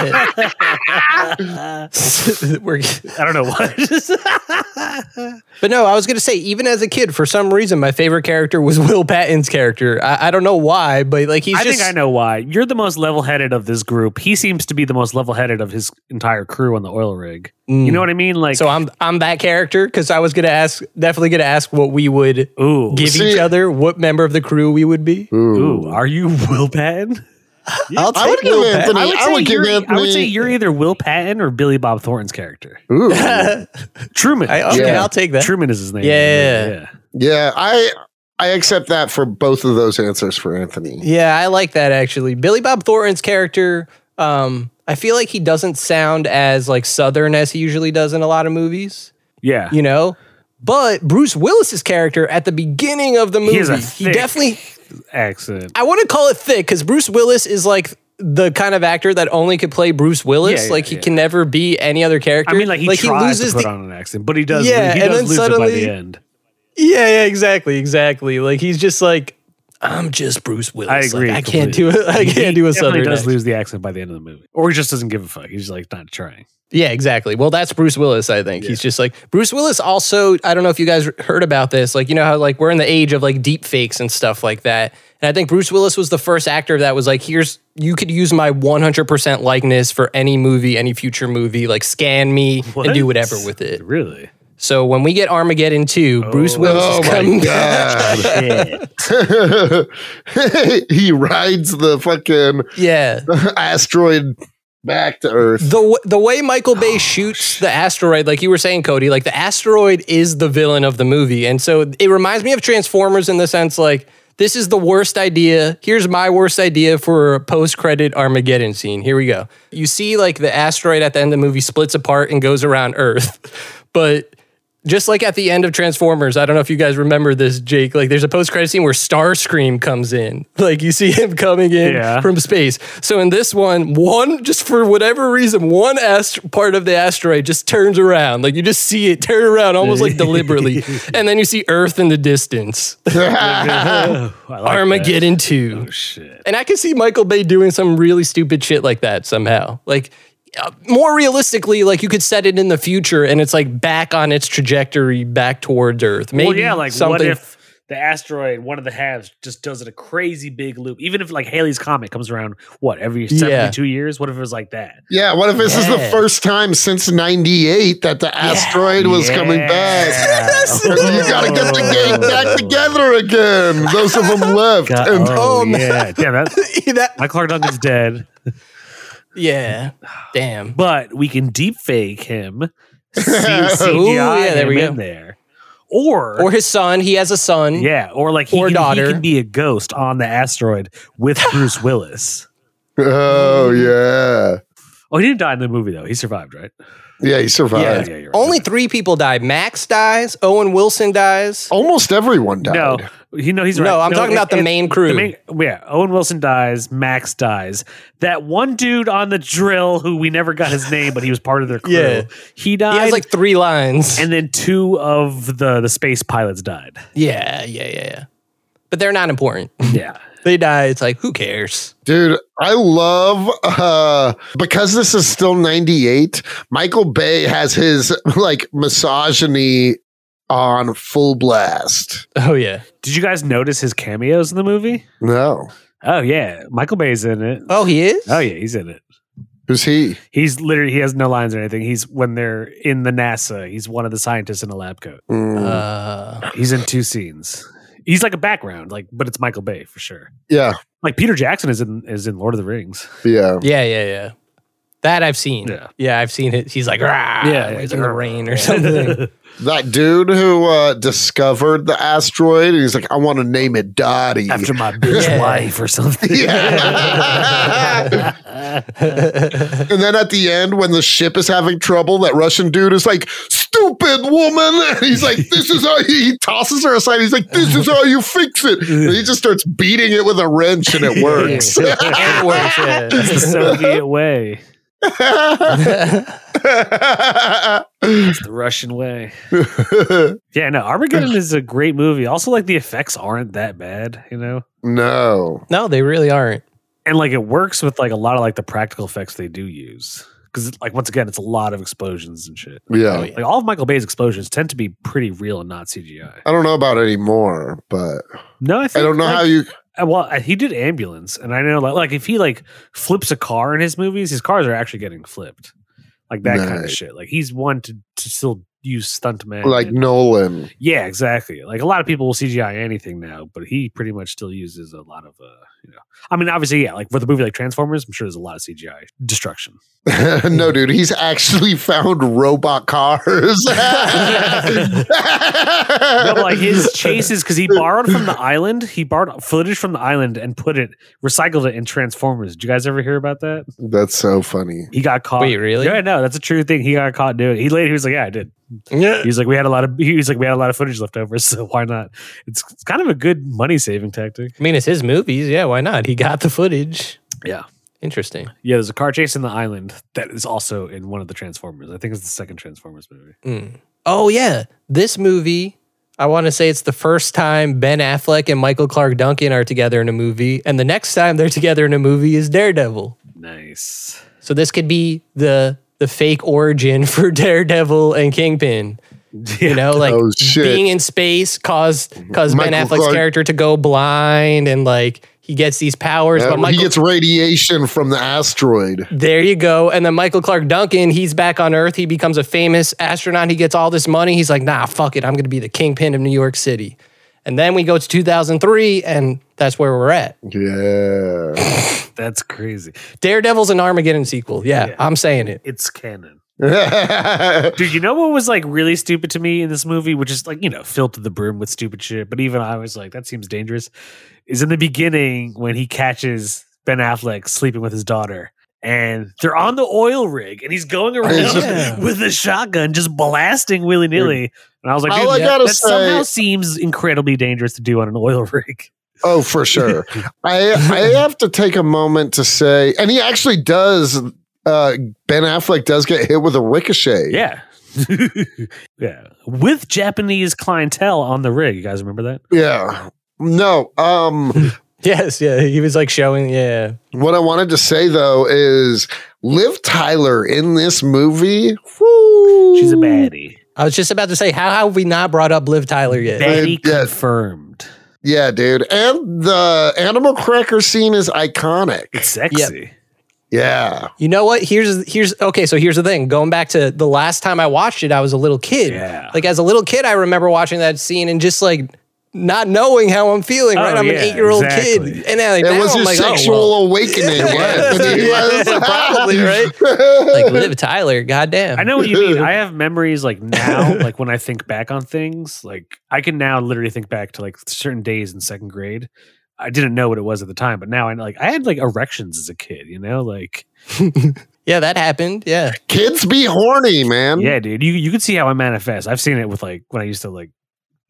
We're- I don't know what. but no, I was gonna say, even as a kid, for some reason, my favorite character was Will Patton's character. I, I don't know why, but like he's I just think I know why. You're the most level-headed of this group. He seems to be the most level-headed of his entire crew on the oil rig. You Mm. know what I mean? Like, so I'm I'm that character because I was gonna ask, definitely gonna ask what we would ooh, give See- each other, what member of the crew we would be. ooh, are you Will Patton? I'll I would take give Will Anthony. I I would, would, say give you're, Anthony. I would say you're either Will Patton or Billy Bob Thornton's character. Ooh. Patton. Truman. I, okay, Yeah. I'll take that. Truman is his name. Yeah. yeah, I I accept that for both of those answers for Anthony. Yeah, I like that actually. Billy Bob Thornton's character, um, I feel like he doesn't sound as like southern as he usually does in a lot of movies, Yeah. you know? But Bruce Willis's character at the beginning of the movie, He has a thick- definitely Accent. I want to call it thick cuz Bruce Willis is like the kind of actor that only could play Bruce Willis, Yeah, yeah, like he yeah. can never be any other character. I mean, like he tries to put on an accent, but he does. Yeah, he and does then lose it by suddenly- the end. Yeah, yeah, exactly, exactly. Like he's just like I'm just Bruce Willis. I Like, agree. I can't do it. I can't do a He southern does accent. lose the accent by the end of the movie, or he just doesn't give a fuck. He's like not trying. Yeah, exactly. Well, that's Bruce Willis, I think. He's just like Bruce Willis also, I don't know if you guys heard about this. Like, you know how like we're in the age of like deep fakes and stuff like that. And I think Bruce Willis was the first actor that was like, here's you could use my 100% likeness for any movie, any future movie, like scan me and do What? whatever with it. Really? So when we get Armageddon 2, Bruce Willis Oh is my coming god! Oh, Shit. he rides the fucking Yeah. asteroid back to Earth. The, w- the way Michael Bay shoots the asteroid, like you were saying, Cody, like the asteroid is the villain of the movie. And so it reminds me of Transformers in the sense like, this is the worst idea. Here's my worst idea for a post credit Armageddon scene. Here we go. You see, like, the asteroid at the end of the movie splits apart and goes around Earth. But just like at the end of Transformers, I don't know if you guys remember this, Jake. Like, there's a post credit scene where Starscream comes in. Like, you see him coming in Yeah. from space. So in this one, one just for whatever reason, one ast- part of the asteroid just turns around. Like, you just see it turn around almost like deliberately, and then you see Earth in the distance. Oh, I like that. Armageddon Two. Oh, shit. And I could see Michael Bay doing some really stupid shit like that somehow. Like, uh, more realistically, like you could set it in the future and it's like back on its trajectory back towards Earth. Maybe well, yeah, like something. what if the asteroid, one of the halves, just does it a crazy big loop? Even if like Haley's comet comes around, what every Yeah. seventy-two years? What if it was like that? Yeah, what if this is the Yeah. first time since 98 that the asteroid was coming back? you gotta get the gang back together again. Those of them left. God, and oh, oh, man. yeah, damn that. that, Michael Clark Duncan's dead, yeah. Damn. but we can deep fake him. C- Ooh, CGI yeah, there we him go. in there, or, Or his son. He has a son. yeah, or like he, or can, daughter. he can be a ghost on the asteroid with Bruce Willis. oh yeah. Oh, he didn't die in the movie though. He survived, right? Yeah, he survived. yeah, you're right. Only three people die. Max dies. Owen Wilson dies. Almost everyone died. No, you know he's right. No, I'm talking about the it- main crew. the main- yeah, Owen Wilson dies. Max dies. That one dude on the drill who we never got his name, but he was part of their crew. Yeah. he died. He has like three lines. and then two of the the space pilots died. yeah, yeah, yeah, yeah. But they're not important. Yeah, they die. It's like, who cares? Dude, I love uh because this is still 98, Michael Bay has his like misogyny on full blast. Oh, yeah. did you guys notice his cameos in the movie? No. Oh yeah, Michael Bay's in it. Oh, he is. Oh yeah, he's in it. Who's he? He's literally he has no lines or anything. He's when they're in the NASA, he's one of the scientists in a lab coat. Mm, Uh, He's in two scenes. He's like a background, like but it's Michael Bay for sure. yeah, Like Peter Jackson is in is in Lord of the Rings. yeah. yeah, yeah, yeah. That I've seen. Yeah. I've seen it. He's like, rah, Yeah, like yeah, in the rah. rain or something. That dude who uh, discovered the asteroid, he's like, I want to name it Dottie. After my bitch Yeah. wife or something. Yeah. and then at the end, when the ship is having trouble, that Russian dude is like, stupid woman. And he's like, this is how he, he tosses her aside. He's like, this is how you fix it. And he just starts beating it with a wrench and it works. It works, yeah. That's the Soviet way. It's the Russian way. Yeah, no, Armageddon is a great movie. Also, like the effects aren't that bad, you know? no. no, they really aren't. And like it works with like a lot of like the practical effects they do use. Cause like once again, it's a lot of explosions and shit. Oh, Yeah. Like all of Michael Bay's explosions tend to be pretty real and not CGI. I don't know about anymore, but No, I I think don't know like, how you. Uh, Well, uh, he did ambulance, and I know like, like if he like flips a car in his movies, his cars are actually getting flipped, like that kind of Nice. shit. Like he's one to to still use stuntman. Like and- Nolan. yeah, exactly. Like a lot of people will CGI anything now, but he pretty much still uses a lot of uh, you know. I mean, obviously, yeah. Like with a movie like Transformers, I'm sure there's a lot of CGI destruction. no, dude, he's actually found robot cars. No, but like his chases because he borrowed from the island. He borrowed footage from the island and put it recycled it in Transformers. Did you guys ever hear about that? That's so funny. He got caught. Wait, really? Yeah, no, that's a true thing. He got caught doing. It. He later he was like, yeah, I did. Yeah. He was like, we had a lot of. He was like, we had a lot of footage left over, so why not? It's, it's kind of a good money saving tactic. I mean, it's his movies. Yeah, why not? He got the footage. Yeah, Interesting. yeah. There's a car chase in the island that is also in one of the Transformers. I think it's the second Transformers movie. Mm. Oh yeah, this movie. I want to say it's the first time Ben Affleck and Michael Clark Duncan are together in a movie, and the next time they're together in a movie is Daredevil. Nice. So this could be the the fake origin for Daredevil and Kingpin. You know, like Oh, shit. being in space caused caused Ben Michael Affleck's Clark- character to go blind, and like he gets these powers. Uh, but Michael, he gets radiation from the asteroid. There you go. And then Michael Clark Duncan, he's back on Earth. He becomes a famous astronaut. He gets all this money. He's like, nah, fuck it. I'm going to be the kingpin of New York City. And then we go to 2003, and that's where we're at. Yeah. That's crazy. Daredevil's an Armageddon sequel. Yeah, Yeah. I'm saying it. It's canon. yeah. Dude, you know what was like really stupid to me in this movie, which is like, you know, filled to the brim with stupid shit, but even I was like, that seems dangerous. Is in the beginning when he catches Ben Affleck sleeping with his daughter and they're on the oil rig and he's going around Yeah. with a shotgun just blasting willy nilly. And I was like, All dude, I that- gotta that somehow say- seems incredibly dangerous to do on an oil rig. Oh, for sure. I I have to take a moment to say, and he actually does. Uh, ben Affleck does get hit with a ricochet. Yeah. yeah. With Japanese clientele on the rig. You guys remember that? Yeah. No. Um. Yes, yeah. He was like showing, yeah. What I wanted to say though is Liv Tyler in this movie. whoo, She's a baddie. I was just about to say, how have we not brought up Liv Tyler yet? Baddie Yeah. confirmed. Yeah, dude. And the animal cracker scene is iconic. It's sexy. Yeah. You know what? Here's here's okay. So here's the thing. Going back to the last time I watched it, I was a little kid. Yeah. Like as a little kid, I remember watching that scene and just like not knowing how I'm feeling. Oh, right? I'm an yeah, eight year old exactly. kid, and now, like, It now was I'm your like, sexual oh, well. awakening. Yeah. wasn't it? Yeah, probably, right? like Liv Tyler. Goddamn. I know what you mean. I have memories like now, like when I think back on things, like I can now literally think back to like certain days in second grade. I didn't know what it was at the time, but now I know, like I had like erections as a kid, you know, like Yeah, that happened. Yeah. Kids be horny, Um, man. yeah, dude, you you can see how I manifest. I've seen it with like when I used to like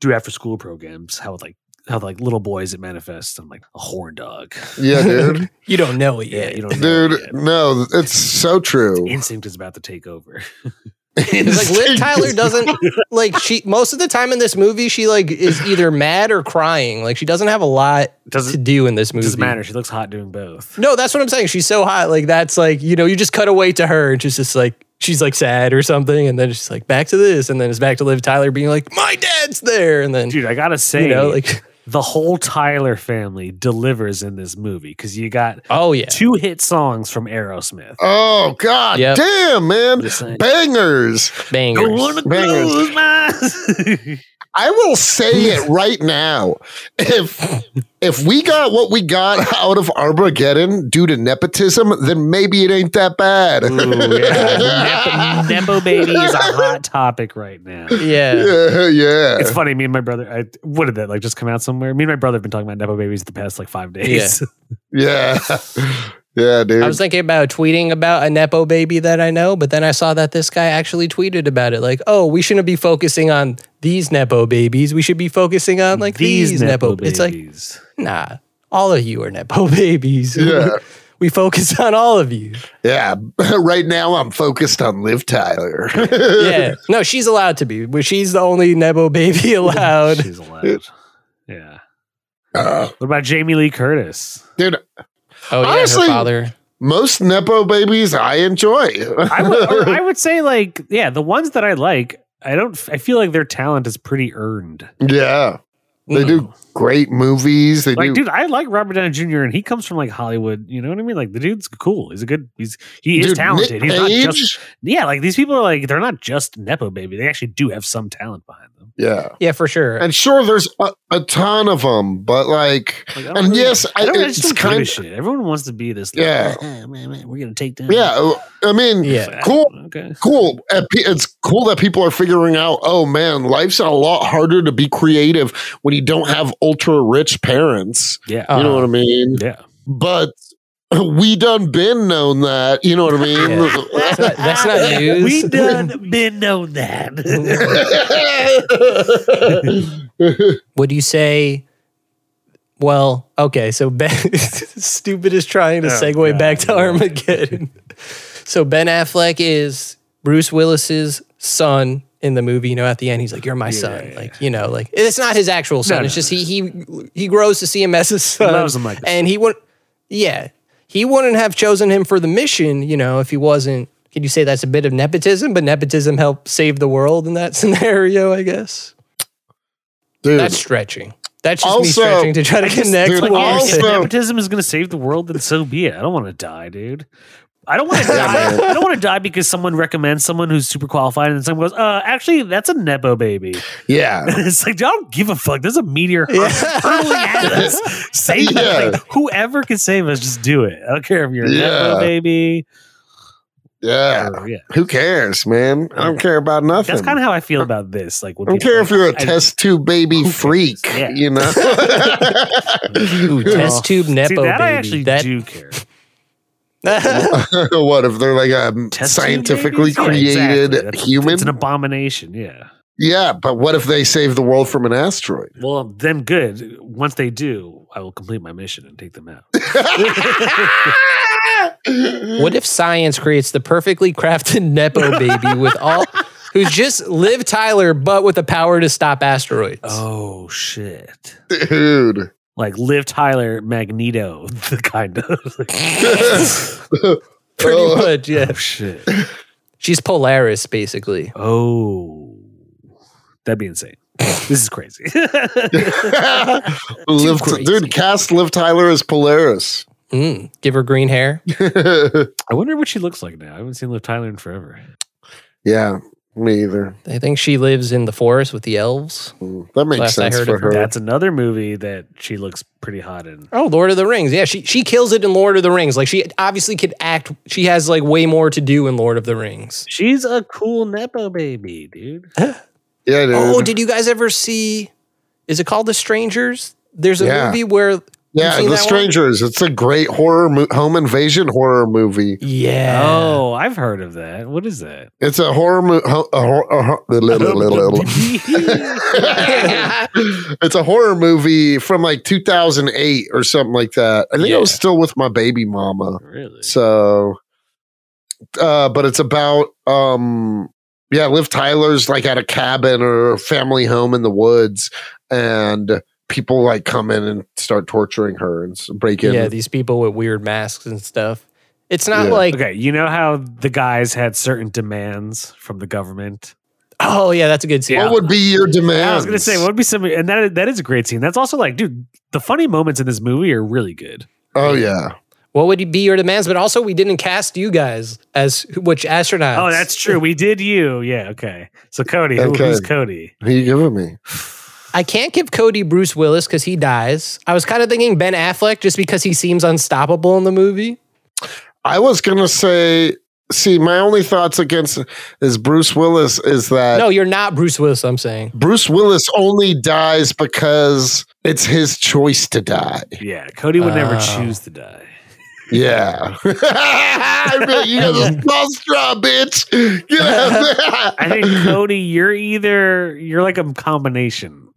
do after school programs, how like how like little boys it manifests. I'm like a horn dog. Yeah, dude. You don't know it Yeah, yet. you don't know Dude, yet. no, it's so true. Instinct is about to take over. It's like Liv Tyler doesn't like she most of the time in this movie she like is either mad or crying. Like she doesn't have a lot to Doesn't do in this movie. doesn't matter. She looks hot doing both. No, that's what I'm saying. She's so hot. Like that's like, you know, you just cut away to her and she's just like she's like sad or something. And then she's like back to this. And then it's back to Liv Tyler being like, My dad's there. And then Dude, I gotta say, you know, like the whole Tyler family delivers in this movie because you got Oh yeah. two hit songs from Aerosmith. Oh god Yep. damn, man. Just saying. Bangers. Bangers. Don't wanna Bangers. close my eyes. I will say it right now. If if we got what we got out of Armageddon due to nepotism, then maybe it ain't that bad. Ooh, yeah. Nepo, Nepo baby is a hot topic right now. Yeah. yeah, yeah. It's funny. Me and my brother. I, what did that like just come out somewhere? Me and my brother have been talking about nepo babies the past like five days. Yeah. Yeah, dude. I was thinking about tweeting about a Nepo baby that I know, but then I saw that this guy actually tweeted about it. Like, oh, we shouldn't be focusing on these Nepo babies. We should be focusing on like these, Nepo, It's like, babies. nah, all of you are Nepo babies. Yeah. we focus on all of you. yeah. right now I'm focused on Liv Tyler. Yeah. no, she's allowed to be. but She's the only Nebo baby allowed. She's allowed. Yeah. Uh, What about Jamie Lee Curtis? dude, Oh, yeah. Honestly- her father. most Nepo babies I enjoy. I would, or I would say like yeah, the ones that I like. I don't. f- I feel like their talent is pretty earned. yeah. They Mm. do great movies. They Mm. Like, do dude, I like Robert Downey Jr. and he comes from like Hollywood. You know what I mean? Like, the dude's cool. He's a good. He's he is Dude, talented. Nick He's not just Cage? Yeah, like these people are like they're not just nepo baby. They actually do have some talent behind them. yeah. Yeah, for sure. And sure, there's a, a ton of them, but like, Like, I don't and really- yes, I, I don't, I just it's don't give a kind of, shit. Everyone wants to be this. Like, Yeah. "Ah, man, man, we're gonna take down. yeah. oh, I mean, Yeah. cool. Okay. Cool. Uh, pe- It's cool that people are figuring out, oh man, life's a lot harder to be creative when you don't have ultra rich parents. Yeah. You know Uh-huh. what I mean? yeah. But we done been known that. You know what I mean? That's not, that's not news. We done been known that. Would you say, well, okay, so Ben, stupid is trying to Oh, segue God, back to yeah. Armageddon. so Ben Affleck is Bruce Willis's son in the movie. You know, at the end, he's like, "You're my son." yeah, Like, you know, like it's not his actual son. no, it's just he he he grows to see him as his son. loves him like his and he would, yeah, he wouldn't have chosen him for the mission. You know, if he wasn't. Could you say that's a bit of nepotism? But nepotism helped save the world in that scenario, I guess. Dude, That's stretching. That's just me Also- stretching to try to connect. dude, what like, you're yeah, also- if nepotism is gonna save the world, then so be it. I don't want to die, dude. I don't want to die. man. I don't want to die because someone recommends someone who's super qualified, and someone goes, "Uh, actually, that's a nepo baby." yeah. it's like, I don't give a fuck. There's a meteor hur- hurtling at us. Save Yeah. us. Like, whoever can save us, just do it. I don't care if you're a Yeah. Nepo baby. Yeah. or- yeah. Who cares, man? I don't care about nothing. That's kind of how I feel about this. Like, when I don't people- care if you're a I- test tube baby cares? freak, Yeah. you know. Test tube nepo "Oh, See, that baby. I actually that, do care. what if they're like a Test tube scientifically babies? Yeah, exactly. created That's- human? It's an abomination. Yeah. yeah, but what if they save the world from an asteroid? Well, then good. Once they do, I will complete my mission and take them out. what if science creates the perfectly crafted nepo baby with all who's just Liv Tyler but with the power to stop asteroids? Oh, shit. Dude. Like, Liv Tyler, Magneto, kind of. Pretty oh. much, yeah. oh, shit. She's Polaris basically. Oh, that'd be insane. this is crazy. Liv- crazy. dude, cast Liv Tyler as Polaris. Mm, give her green hair. I wonder what she looks like now. I haven't seen Liv Tyler in forever. yeah, me either. I think she lives in the forest with the elves. Mm, That makes Last I sense heard for of her. her. That's another movie that she looks pretty hot in. Oh, Lord of the Rings. Yeah, she she kills it in Lord of the Rings. Like she obviously could act. She has like way more to do in Lord of the Rings. She's a cool nepo baby, dude. Yeah, dude. Oh, did you guys ever see? Is it called The Strangers? There's a Yeah. movie where yeah, seen The that one? Strangers. It's a great horror mo- home invasion horror movie. yeah, Oh, I've heard of that. What is that? It's a horror movie. Ho- a hor- a hor- it's a horror movie from like 2008 or something like that. I think I was Yeah. still with my baby mama. really? So, uh, but it's about, um, yeah, Liv Tyler's like at a cabin or a family home in the woods, and people like come in and start torturing her and s- break in. yeah. These people with weird masks and stuff. It's not Yeah. like Okay, you know how the guys had certain demands from the government? Oh yeah, that's a good scene. What would be your demand? I was gonna say, what would be some, and that that is a great scene. That's also like, dude, the funny moments in this movie are really good. oh yeah, What would be your demands? But also, we didn't cast you guys as which astronauts. Oh, that's true. We did you. Yeah. Okay. So Cody, who- Okay. who's Cody? who you giving me? I can't give Cody Bruce Willis because he dies. I was kind of thinking Ben Affleck just because he seems unstoppable in the movie. I was gonna say. See, my only thoughts against is Bruce Willis is that No, you're not Bruce Willis. I'm saying. Bruce Willis only dies because it's his choice to die. Yeah. Cody would never Oh. choose to die. Yeah. I bet you got a small straw, bitch. Get out I think Cody, you're either you're like a combination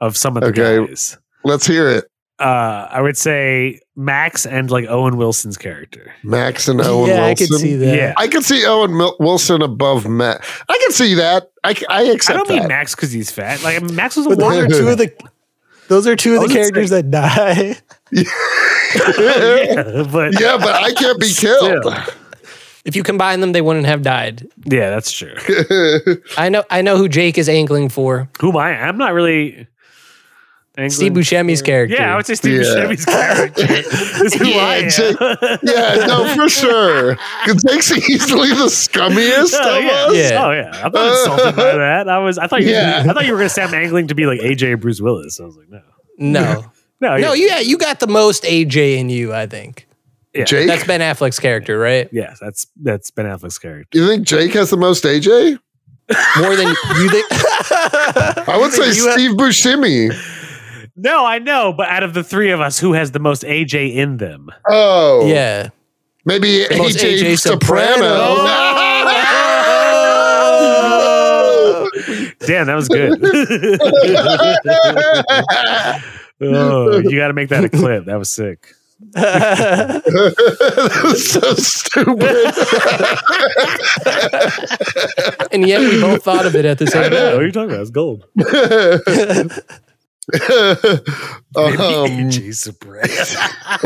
of some of the Okay. guys. Let's hear it. Uh, I would say Max and like Owen Wilson's character. Max and Owen Wilson. yeah, I could see that. Yeah. I could see Owen Mil- Wilson above Matt. I can see that. I, c- I I accept don't mean that. Max because he's fat. Like Max was a But those are warrior. two of the those are two I of the was gonna characters that die. yeah. yeah, but but I can't be killed. If you combine them, they wouldn't have died. yeah, that's true. I know. I know who Jake is angling for. Who am I? I'm not really. England. Steve Buscemi's character. Yeah, I would say Steve Yeah. Buscemi's character is who Yeah, I am. Jake- yeah, no, for sure. It takes easily the scummiest Oh of yeah. us. Yeah. oh yeah! I'm not insulted by that. I was. I thought you. Yeah. I thought you were going to say I'm angling to be like AJ or Bruce Willis. I was like, no, No. no, no. Oh, yeah. Yeah, you got the most AJ in you. I think Yeah. Jake? that's Ben Affleck's character, right? Yeah, that's that's Ben Affleck's character. you think Jake has the most AJ? More than you think. I would say You have- Steve Buscemi. No, I know, but out of the three of us, who has the most AJ in them? Oh, yeah. Maybe Most AJ, AJ Soprano. Soprano. Oh. Damn, that was good. oh, you got to make that a clip. That was sick. that was so stupid. and yet we both thought of it at the I same know. What are time. you talking about? It's gold. um, AJ Soprano. it's like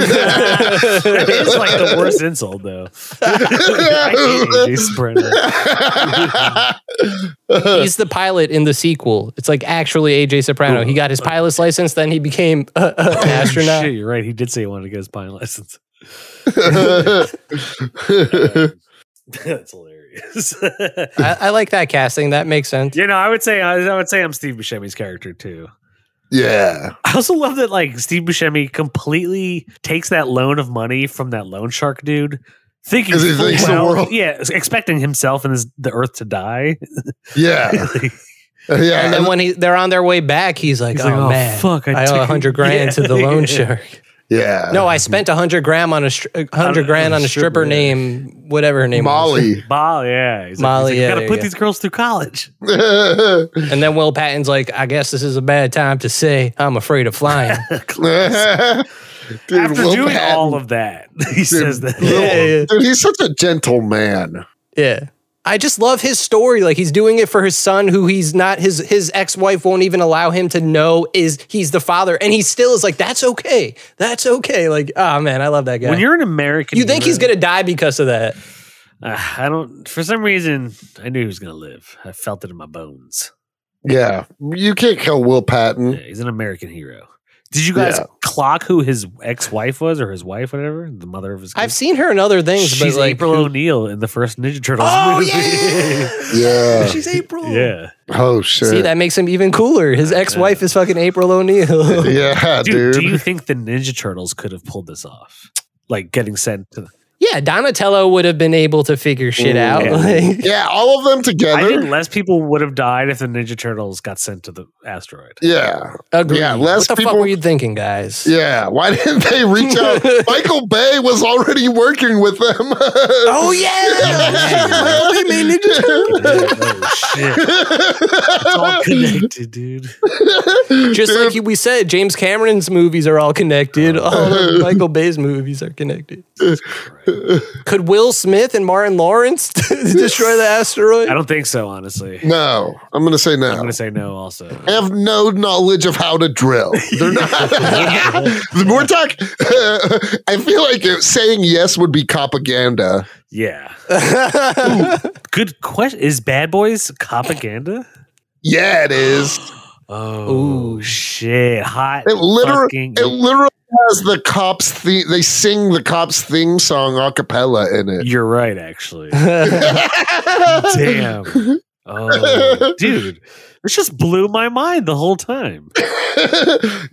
the worst insult, though. I hate AJ Soprano. He's the pilot in the sequel. It's like actually AJ Soprano. He got his pilot's license, then he became uh, uh, an astronaut. Oh, Shit, you're right. He did say he wanted to get his pilot license. That's hilarious. I, I like that casting. That makes sense. you know, I would say I would say I'm Steve Buscemi's character too. yeah. I also love that like Steve Buscemi completely takes that loan of money from that loan shark dude, thinking 'Cause he full thinks the well- world- yeah, expecting himself and his, the Earth to die. Yeah. Like, Yeah. And then when he they're on their way back, he's like, He's "Oh, like, oh, man, fuck, I I, took owe it." a hundred grand to the loan Yeah. shark." yeah. No, I spent a hundred grand on a stri- a hundred grand on a stripper yeah. name, whatever her name was. Molly. Molly, yeah, he's like- he's Molly, like, yeah, you gotta there put you these girls through college. And then Will Patton's like, "I guess this is a bad time to say I'm afraid of flying." Dude, After Will doing Patton- all of that, he says that. Will- Yeah, yeah. Dude, he's such a gentle man. Yeah. I just love his story. Like he's doing it for his son, who he's not his his ex wife won't even allow him to know is he's the father, and he still is like, "That's okay, that's okay." Like, oh man, I love that guy. When you're an American, you think he's hero- gonna die because of that? Ah, I don't. For some reason, I knew he was gonna live. I felt it in my bones. Yeah. You can't kill Will Patton. Yeah, he's an American hero. Did you guys Mm-hmm. Yeah. clock who his ex-wife was, or his wife, whatever, the mother of his? I've kids? seen her in other things, She's but like, April O'Neil in the first Ninja Turtles oh movie. yeah, Yeah. she's April. yeah, Oh shit. See, that makes him even cooler. His ex wife is fucking April O'Neil. yeah, dude, dude. Do you think the Ninja Turtles could have pulled this off? Like getting sent to. The- yeah, Donatello would have been able to figure shit out. Yeah. Like, yeah, all of them I together. think less people would have died if the Ninja Turtles got sent to the asteroid. Yeah, agreed. Yeah, less what the people- fuck were you thinking, guys? yeah. Why didn't they reach out? Michael Bay was already working with them. Oh yeah! They made Ninja Turtles. oh shit! It's all connected, dude. Just like you- we said, Uh. James Cameron's movies are all connected. All of Michael Bay's movies are connected. Could Will Smith and Martin Lawrence destroy the asteroid? I don't think so, honestly. No, I'm going to say I'm no. gonna say no. Also, I have no knowledge of how to drill. They're not. the more talk, I feel like it- saying yes would be propaganda. yeah. Good question. Is Bad Boys propaganda? Yeah, it is. Oh Ooh. shit! Hot. It literally, fucking- it literally has the cops. The- they sing the cops theme song a cappella in it. You're right, actually. Damn. Oh, dude, this just blew my mind the whole time.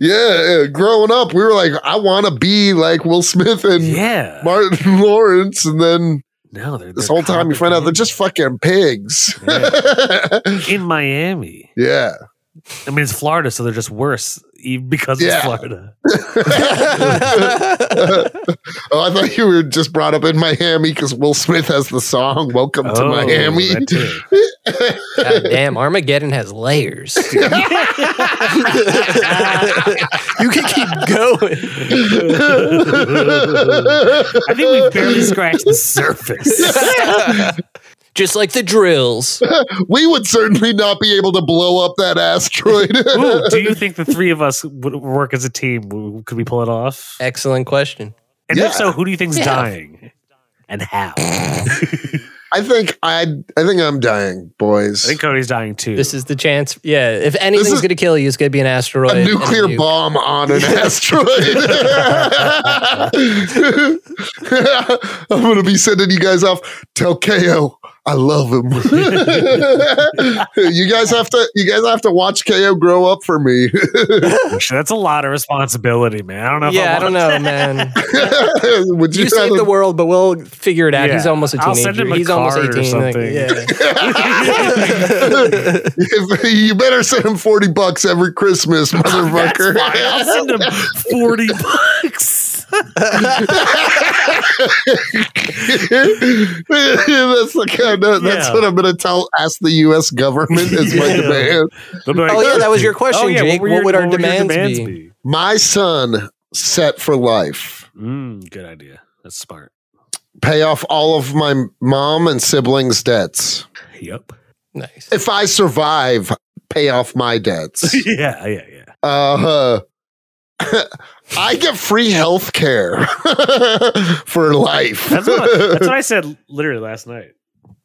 yeah, yeah, growing up, we were like, I want to be like Will Smith and Yeah. Martin Lawrence, and then no, they're, this they're whole time you find out they're just fucking pigs. Yeah. in Miami. yeah. I mean, it's Florida, so they're just worse e- because Yeah. it's Florida. oh, I thought you were just brought up in Miami because Will Smith has the song "Welcome to Oh, Miami." that too. God damn, Armageddon has layers. you can keep going. I think we've barely scratched the surface. Just like the drills. we would certainly not be able to blow up that asteroid. Ooh, do you think the three of us would work as a team? W- Could we pull it off? Excellent question. And Yeah. if so, who do you think's Yeah. dying? And how? I I think I, I think I'm dying, boys. think Cody's dying too. This is the chance. Yeah, if anything's is going to kill you, it's going to be an asteroid. a and nuclear nuke. bomb on an asteroid. I'm gonna be sending you guys off. Tell KO I love him. you guys have to you guys have to watch KO grow up for me. That's a lot of responsibility, man. I don't know. Yeah, I if I, don't want know, man. Would you, You saved the rather- world, but we'll figure it out. Yeah. He's almost a teenager. I'll send him a He's almost card 18. or like, something. yeah. if- you better send him 40 bucks every Christmas, motherfucker. I'll send him forty bucks. Oh, that's the kind of, that's Yeah. what I'm gonna tell ask the US government is my Yeah. demand. They'll be like, Oh, yeah, that was your question, yeah, Jake. What, were your- would our what were your demands, be? My son set for life. Mm, good idea. That's smart. pay off all of my mom and siblings' debts. Yep. Nice. If I survive, pay off my debts. yeah, yeah, yeah. Uh, I get free health care for life. That's what, I, that's what I said literally last night.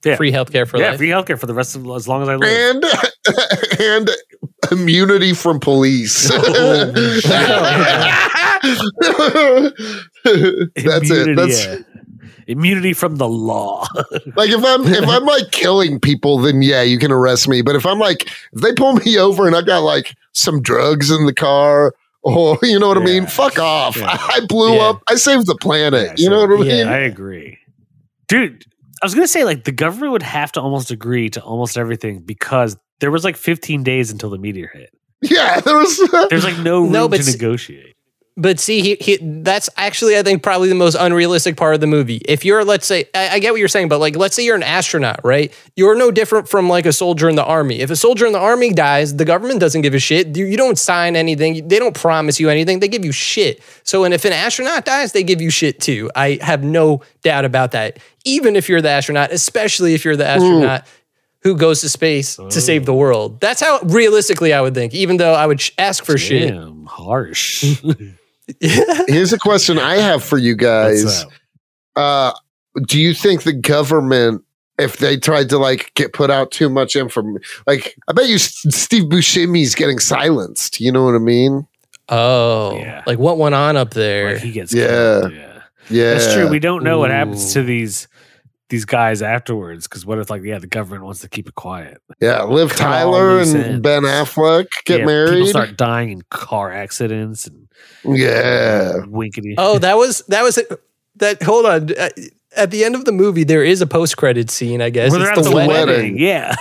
Yeah. Free healthcare for yeah, life. free healthcare for the rest of as long as I and live. and immunity from police. Oh, shit. That's it. That's yeah. immunity from the law. Like if I'm if I'm like killing people, then yeah, you can arrest me. But if I'm like if they pull me over and I got like some drugs in the car, or you know what I mean, Yeah. fuck off. Yeah. I blew Yeah. up. I saved the planet. Yeah, you know sure. what I mean? I agree, dude. I was gonna say like the government would have to almost agree to almost everything because there was like 15 days until the meteor hit. Yeah, there was. There's like no room No, but to s- negotiate. But see, he, he, that's actually, I think, probably the most unrealistic part of the movie. If you're, let's say, I, I get what you're saying, but like, let's say you're an astronaut, right? You're no different from like a soldier in the army. If a soldier in the army dies, the government doesn't give a shit. You, you don't sign anything. They don't promise you anything. They give you shit. So, and if an astronaut dies, they give you shit too. I have no doubt about that. Even if you're the astronaut, especially if you're the astronaut who goes to space to save the world. That's how realistically I would think, even though I would sh- ask for shit. Damn, harsh. Here's a question I have for you guys. What's up? Uh, do you think the government, if they tried to like get put out too much information, like I bet you S- Steve Buscemi's getting silenced. You know what I mean? Oh, Yeah. like what went on up there? Like, he gets Yeah. killed, yeah. Yeah, That's true. We don't know what happens Ooh. to these these guys afterwards because what if like yeah the government wants to keep it quiet? Yeah, Liv Cut all Tyler loose and ends. Ben Affleck get Yeah, People married. start dying in car accidents and yeah. winkety. oh, that was that was it. That hold on. Uh, At the end of the movie, there is a post credit scene. I guess Well, they're it's at the, the wedding. wedding. Yeah,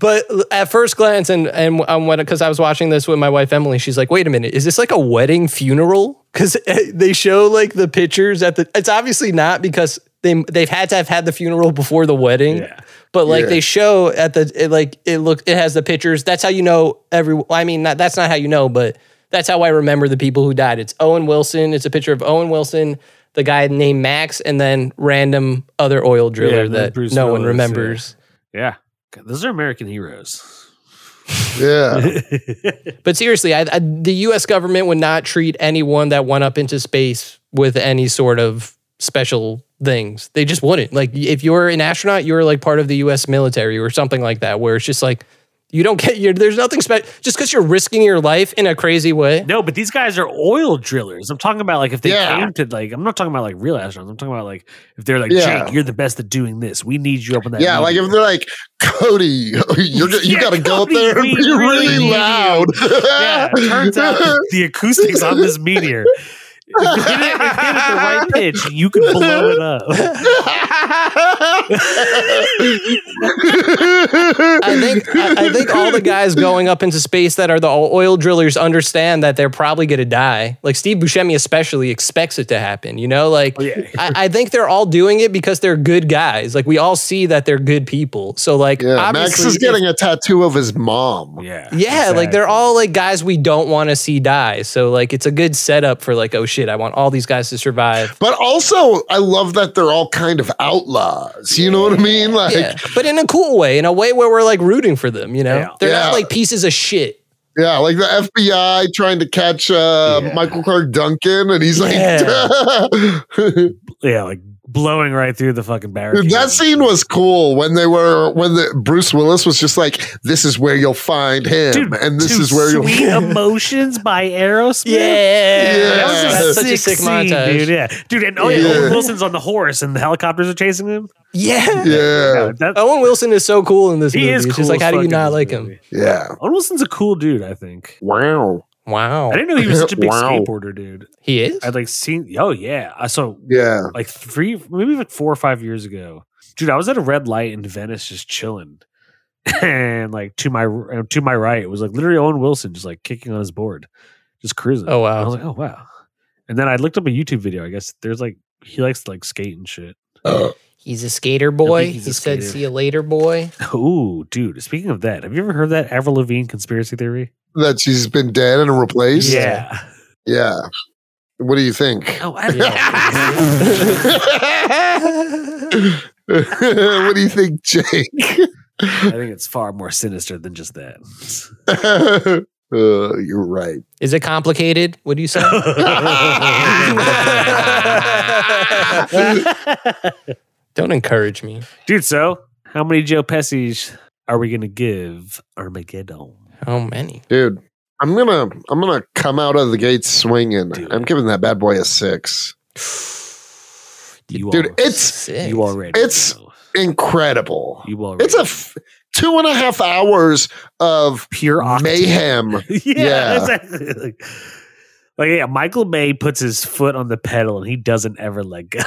But l- at first glance, and and um, when because I was watching this with my wife Emily, she's like, "Wait a minute, is this like a wedding funeral?" Because they show like the pictures at the. It's obviously not because they they've had to have had the funeral before the wedding. yeah. But like Yeah. they show at the it, like it look it has the pictures. That's how you know every. I mean, not, that's not how you know, but that's how I remember the people who died. It's Owen Wilson. It's a picture of Owen Wilson, the guy named Max, and then random other oil driller and then that Bruce no one Willis, yeah. remembers. Yeah. God, those are American heroes. Yeah. But seriously, I, I, the U.S. government would not treat anyone that went up into space with any sort of special things. They just wouldn't. Like, if you're an astronaut, you're like part of the U.S. military or something like that, where it's just like you don't get. You're, there's nothing special just because you're risking your life in a crazy way. no, but these guys are oil drillers. I'm talking about like if they Yeah. came to like I'm not talking about like real astronauts. I'm talking about like if they're like Yeah. Jake, you're the best at doing this. We need you up in that. Yeah, like if meeting." they're like, Cody, you're, go- you Yeah, got to go up Cody, there and we be really, really need loud. yeah, it turns out that the acoustics on this meteor. If you hit it, if you hit it at the right pitch, you can blow it up. I think I, I think all the guys going up into space that are the oil drillers understand that they're probably going to die. Like Steve Buscemi especially expects it to happen. You know, like Oh, yeah. I, I think they're all doing it because they're good guys. Like we all see that they're good people. So like yeah, Max obviously, is getting a tattoo of his mom. Yeah. yeah, like they're exactly. all like guys we don't want to see die. So like it's a good setup for like oh shit, I want all these guys to survive. But also, I love that they're all kind of outlaws. You know what I mean? Like, yeah, yeah, but in a cool way, in a way where we're like rooting for them. You know, Yeah. they're Yeah. not like pieces of shit. like the FBI trying to catch uh, Yeah. Michael Clark Duncan, and he's like, Yeah. yeah, like blowing right through the fucking barricade. Dude, that scene was cool when they were when the Bruce Willis was just like, "This is where you'll find him, and this two is where you'll." sweet emotions by Aerosmith. that was Yeah. a that's such a sick sick scene, montage. dude. Yeah, dude, and oh yeah, Yeah. Owen Wilson's on the horse, and the helicopters are chasing him. Yeah. Yeah, No, that- Owen Wilson is so cool in this Oh, he movie. is it's cool. just like, as how do fuck you in not this like him? movie. yeah. Owen Wilson's a cool dude. I think Wow. Wow. I didn't know he was such a big Wow. skateboarder, dude. He is? I'd like seen. Oh yeah, I saw Yeah. like three, maybe like four or five years ago, dude. I was at a red light in Venice, just chilling, and like to my to my right was like literally Owen Wilson, just like kicking on his board, just cruising. Oh, wow. And I was like, oh wow. And then I looked up a YouTube video. I guess there's like he likes to like skate and shit. Uh, He's a skater I boy. think He he's a said, skater. see you later, boy. Ooh, dude. Speaking of that, have you ever heard that Avril Lavigne conspiracy theory? that she's been dead and replaced. Yeah. Yeah. What do you think? Oh, I what do you think, Jake? I think it's far more sinister than just that. uh, you're right. Is it complicated? What do you say? Don't encourage me. Dude, so how many Joe Pesci's are we gonna give Armageddon? How many? Dude, I'm gonna I'm gonna come out of the gate swinging. Dude. I'm giving that bad boy a 6. You Dude, all, it's Six. you already it's- know. incredible. you already It's a f- two and a half hours of pure octane. mayhem. yeah, Yeah. exactly. Like, like, yeah, Michael Bay puts his foot on the pedal and he doesn't ever let go.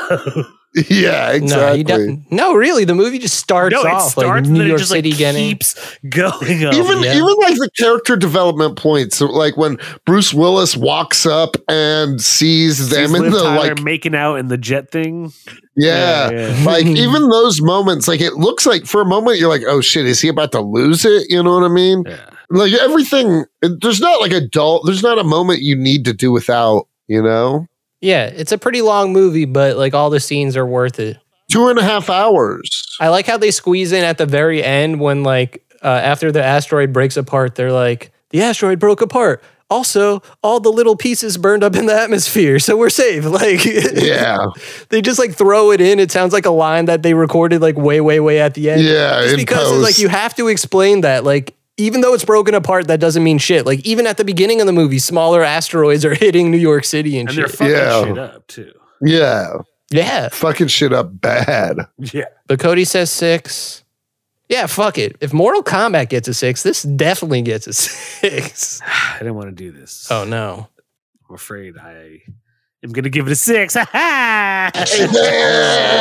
Yeah, No, he exactly. doesn't. No, really. The movie just starts no, it off starts like and New then it York just City like getting. keeps going up. even yeah. even like the character development points, so, like when Bruce Willis walks up and sees them Sees in Liv the Tyler like, making out in the jet thing. yeah, like even those moments, like it looks like for a moment you're like, oh shit, is he about to lose it? You know what I mean? yeah. Like everything, there's not like adult, there's not a moment you need to do without. You know, Yeah, it's a pretty long movie, but like all the scenes are worth it. two and a half hours. I like how they squeeze in at the very end when, like, uh, after the asteroid breaks apart, they're like, the asteroid broke apart. Also, all the little pieces burned up in the atmosphere, so we're safe. Like, Yeah, they just like throw it in. It sounds like a line that they recorded like way, way, way at the end. yeah. just in because it's like post. you have to explain that, like. Even though it's broken apart, that doesn't mean shit. Like even at the beginning of the movie, smaller asteroids are hitting New York City and, And they're shit. fucking Yeah. shit up too. yeah, yeah, fucking shit up bad. Yeah. But Cody says six. Yeah, fuck it. If Mortal Kombat gets a six, this definitely gets a six. I didn't want to do this. Oh no. I'm afraid I am gonna give it a six. Ha ha!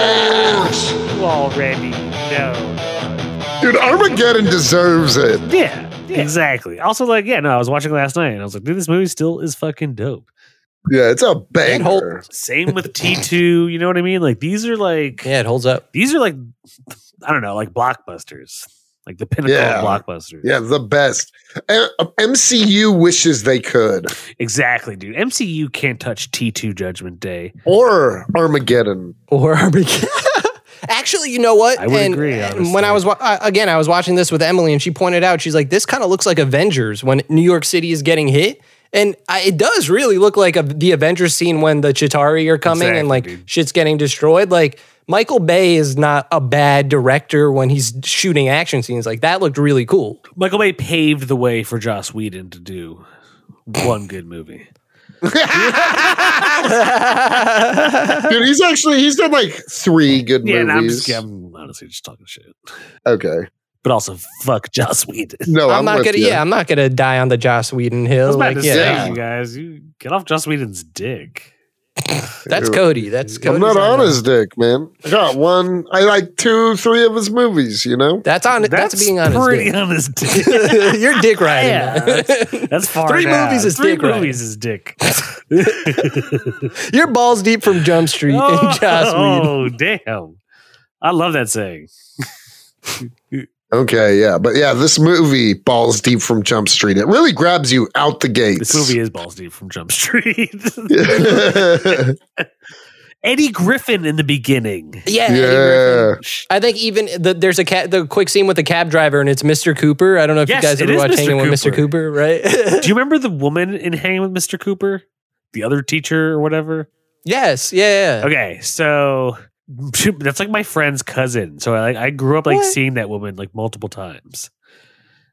You already know. Dude, Armageddon deserves it. Yeah, exactly. Also, like, yeah, no, I was watching last night and I was like, dude, this movie still is fucking dope. Yeah, it's a It holds- banger. Same with T2, you know what I mean? Like, these are like, Yeah, it holds up. these are like, I don't know, like blockbusters. like the pinnacle Yeah. of blockbusters. Yeah, the best. Uh, MCU wishes they could, Exactly, dude. MCU can't touch T2 Judgment Day. or Armageddon. or Armageddon. Actually, you know what? I would and, agree, and honestly. when I was wa- I- again, I was watching this with Emily, and she pointed out, she's like, "This kind of looks like Avengers when New York City is getting hit." And I, it does really look like a, the Avengers scene when the Chitari are coming and Exactly, like dude. shit's getting destroyed. Like Michael Bay is not a bad director when he's shooting action scenes. Like that looked really cool. Michael Bay paved the way for Joss Whedon to do one good movie. Dude, he's actually he's done like three good Yeah, and I'm movies. just I'm honestly just talking shit. okay, But also fuck Joss Whedon. no, I'm, I'm, not with gonna you. yeah, I'm not gonna die on the Joss Whedon I was hill. about Like, to yeah, say. say, you guys, you get off Joss Whedon's dick. that's Dude. Cody. That's Cody. I'm not on his dick, man. I got one. I like two, three of his movies. You know, That's on. That's, being honest. pretty on his dick. You're dick riding. Yeah, man. That's far. Three down. movies is Three dick, right? movies is dick. You're balls deep from Jump Street oh, and Joss Whedon. damn. I love that saying. Okay, yeah, but yeah, this movie balls deep from Jump Street. It really grabs you out the gates. This movie is balls deep from Jump Street. Eddie Griffin in the beginning. Yeah. Eddie Griffin. yeah, I think even the, there's a ca- the quick scene with the cab driver and it's Mr. Cooper. I don't know if Yes, you guys it ever is watched Mr. Hanging with Mr. Cooper, right? Do you remember the woman in Hanging with Mr. Cooper? The other teacher or whatever? yes. Yeah. yeah. Okay, so that's like my friend's cousin. So I like I grew up like What? seeing that woman like multiple times.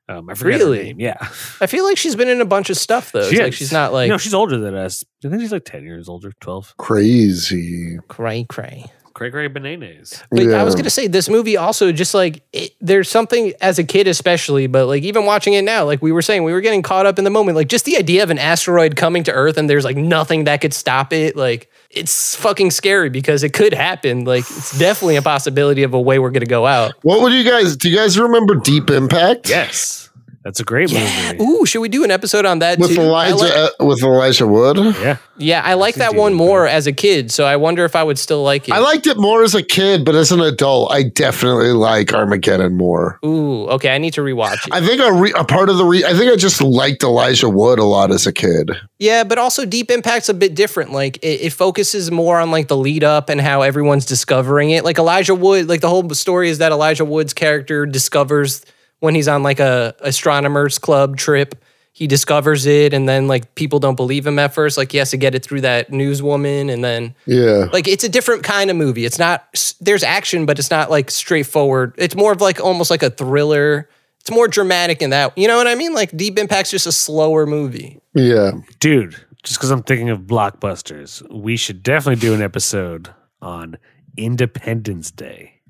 Um, I forget her Really? name. Yeah, I feel like she's been in a bunch of stuff though. She It's like is. she's not like no, she's older than us. I think she's like ten years older, twelve. crazy. cray cray. Cray cray bananas. But yeah. I was gonna say this movie also just like it, there's something as a kid especially, but like even watching it now, like we were saying, we were getting caught up in the moment. Like just the idea of an asteroid coming to Earth and there's like nothing that could stop it. Like it's fucking scary because it could happen. Like it's definitely a possibility of a way we're gonna go out. what would you guys? Do you guys remember Deep Impact? Yes, that's a great Yeah. movie. Ooh, should we do an episode on that with too? I Elijah like- uh, with Elijah Wood. Yeah, yeah, I like that Indeed. one more as a kid. So I wonder if I would still like it. I liked it more as a kid, but as an adult, I definitely like Armageddon more. Ooh, okay. I need to rewatch it. I think a, re- a part of the re- I think I just liked Elijah Wood a lot as a kid. Yeah, but also Deep Impact's a bit different. Like it, it focuses more on like the lead up and how everyone's discovering it. Like Elijah Wood, like the whole story is that Elijah Wood's character discovers when he's on like a astronomers club trip, he discovers it and then like people don't believe him at first. Like he has to get it through that newswoman and then Yeah. like it's a different kind of movie. It's not s- there's action, but it's not like straightforward. It's more of like almost like a thriller. It's more dramatic in that. You know what I mean? Like Deep Impact's just a slower movie. Yeah. dude. Just because I'm thinking of blockbusters, we should definitely do an episode on Independence Day.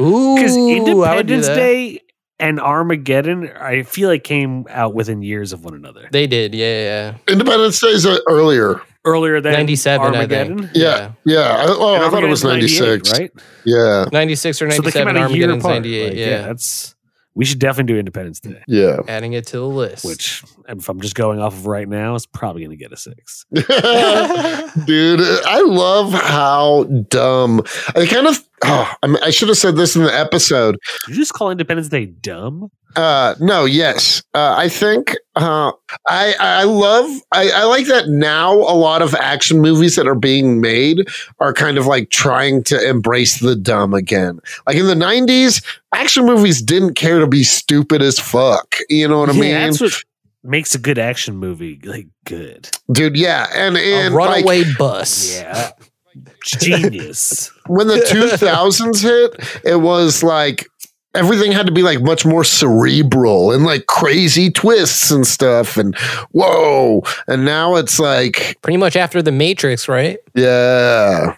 Ooh, Because I would do Independence that. Day and Armageddon, I feel like came out within years of one another. They did, yeah, yeah. Independence Day's uh, earlier. Earlier than 97, I think. Armageddon. Yeah. Yeah. I, oh, And I thought it was Armageddon's 96. 98, right? Yeah. 96 or So they came 97, out a year Armageddon's apart. 98, Like, yeah. that's we should definitely do Independence Day. Yeah. Adding it to the list. Which, if I'm just going off of right now, it's probably going to get a six. Dude, I love how dumb. I kind of, oh, I, mean, I should have said this in the episode. Did you just call Independence Day dumb? Uh, no, yes. Uh, I think uh, I I love I, I like that now a lot of action movies that are being made are kind of like trying to embrace the dumb again. Like in the 90s, action movies didn't care to be stupid as fuck. You know what I Yeah, mean? that's what makes a good action movie like good. Dude, yeah. And a and like, runaway bus. Yeah, genius. when the 2000s hit, it was like everything had to be like much more cerebral and like crazy twists and stuff and whoa. And now it's like, Pretty much after The Matrix, right? yeah,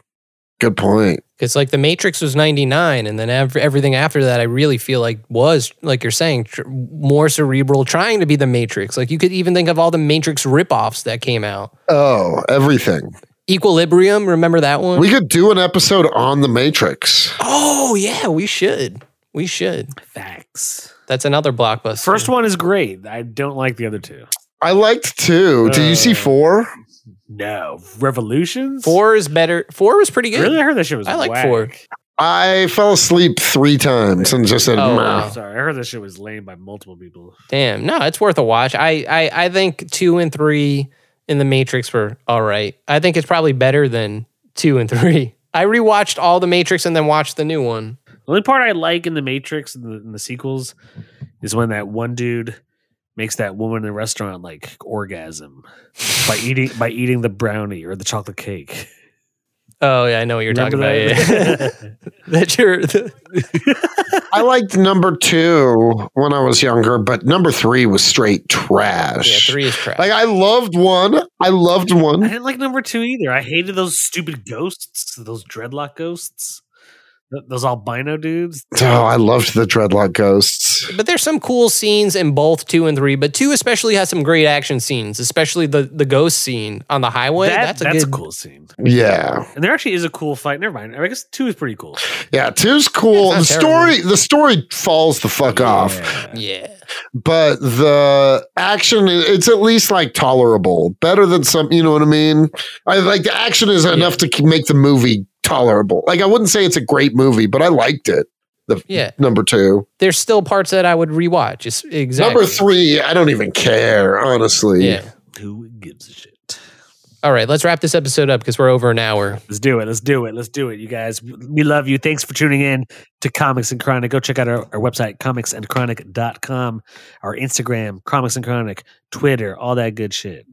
good point. Because like The Matrix was 99, and then ev- everything after that, I really feel like was, like you're saying, tr- more cerebral, trying to be The Matrix. Like you could even think of all the Matrix ripoffs that came out. Oh, everything. Equilibrium, remember that one? We could do an episode on the Matrix. oh, yeah, we should. We should. Facts. That's another blockbuster. First one is great. I don't like the other two. I liked two. Do you see Uh, four? No, Revolutions. Four is better. Four was pretty good. Really, I heard that shit was. I like whack. four. I fell asleep three times and just said, Oh, "Meh." wow. Sorry, I heard that shit was lame by multiple people. Damn, no, it's worth a watch. I, I I think two and three in the Matrix were all right. I think it's probably better than two and three. I rewatched all the Matrix and then watched the new one. The only part I like in the Matrix and the, in the sequels is when that one dude makes that woman in the restaurant like orgasm by eating by eating the brownie or the chocolate cake. Oh yeah, I know what you're Remember talking about. Yeah. that? that you're I liked number two when I was younger, but number three was straight yeah, trash. three is crap. like I loved one. I loved I one. didn't like number two either. I hated those stupid ghosts, those dreadlock ghosts, th- those albino dudes. Oh, I loved the dreadlock ghosts. but there's some cool scenes in both two and three, but two especially has some great action scenes, especially the the ghost scene on the highway. That- that's a good. cool scene. Yeah. And there actually is a cool fight. Never mind. I guess two is pretty cool. Yeah, two's cool. The It's not terrible. story the story falls the fuck off. Yeah. Yeah, But the action it's at least like tolerable. Better than some you know what I mean? I like the action is enough to k- make the movie tolerable. Like I wouldn't say it's a great movie, but I liked it. The Yeah. number two. there's still parts that I would rewatch. It's exactly Number three, I don't even care, honestly. Yeah. Who gives a shit? All right, let's wrap this episode up because we're over an hour. Let's do it. Let's do it. Let's do it, you guys. We love you. Thanks for tuning in to Comics and Chronic. Go check out our, our website, comicsandchronic.com, our Instagram, Comics and Chronic, Twitter, all that good shit.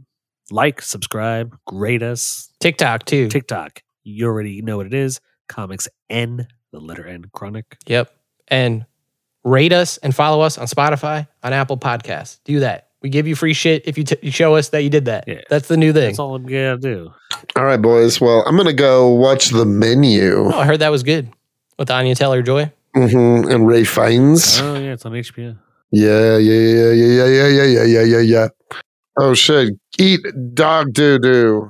Like, subscribe, grade us. TikTok too. TikTok, you already know what it is. Comics N, the letter N, Chronic. Yep. And rate us and follow us on Spotify, on Apple Podcasts. Do that. We give you free shit if you, t- you show us that you did that. Yeah. That's the new thing. That's all I'm going to do. All right, boys. Well, I'm gonna go watch the menu Oh, I heard that was good with Anya Taylor Joy. hmm and Ray Fiennes. Uh-huh. Oh, yeah, it's on HBO. Yeah, yeah, yeah, yeah, yeah, yeah, yeah, yeah, yeah, yeah. Oh shit! Eat dog doo doo.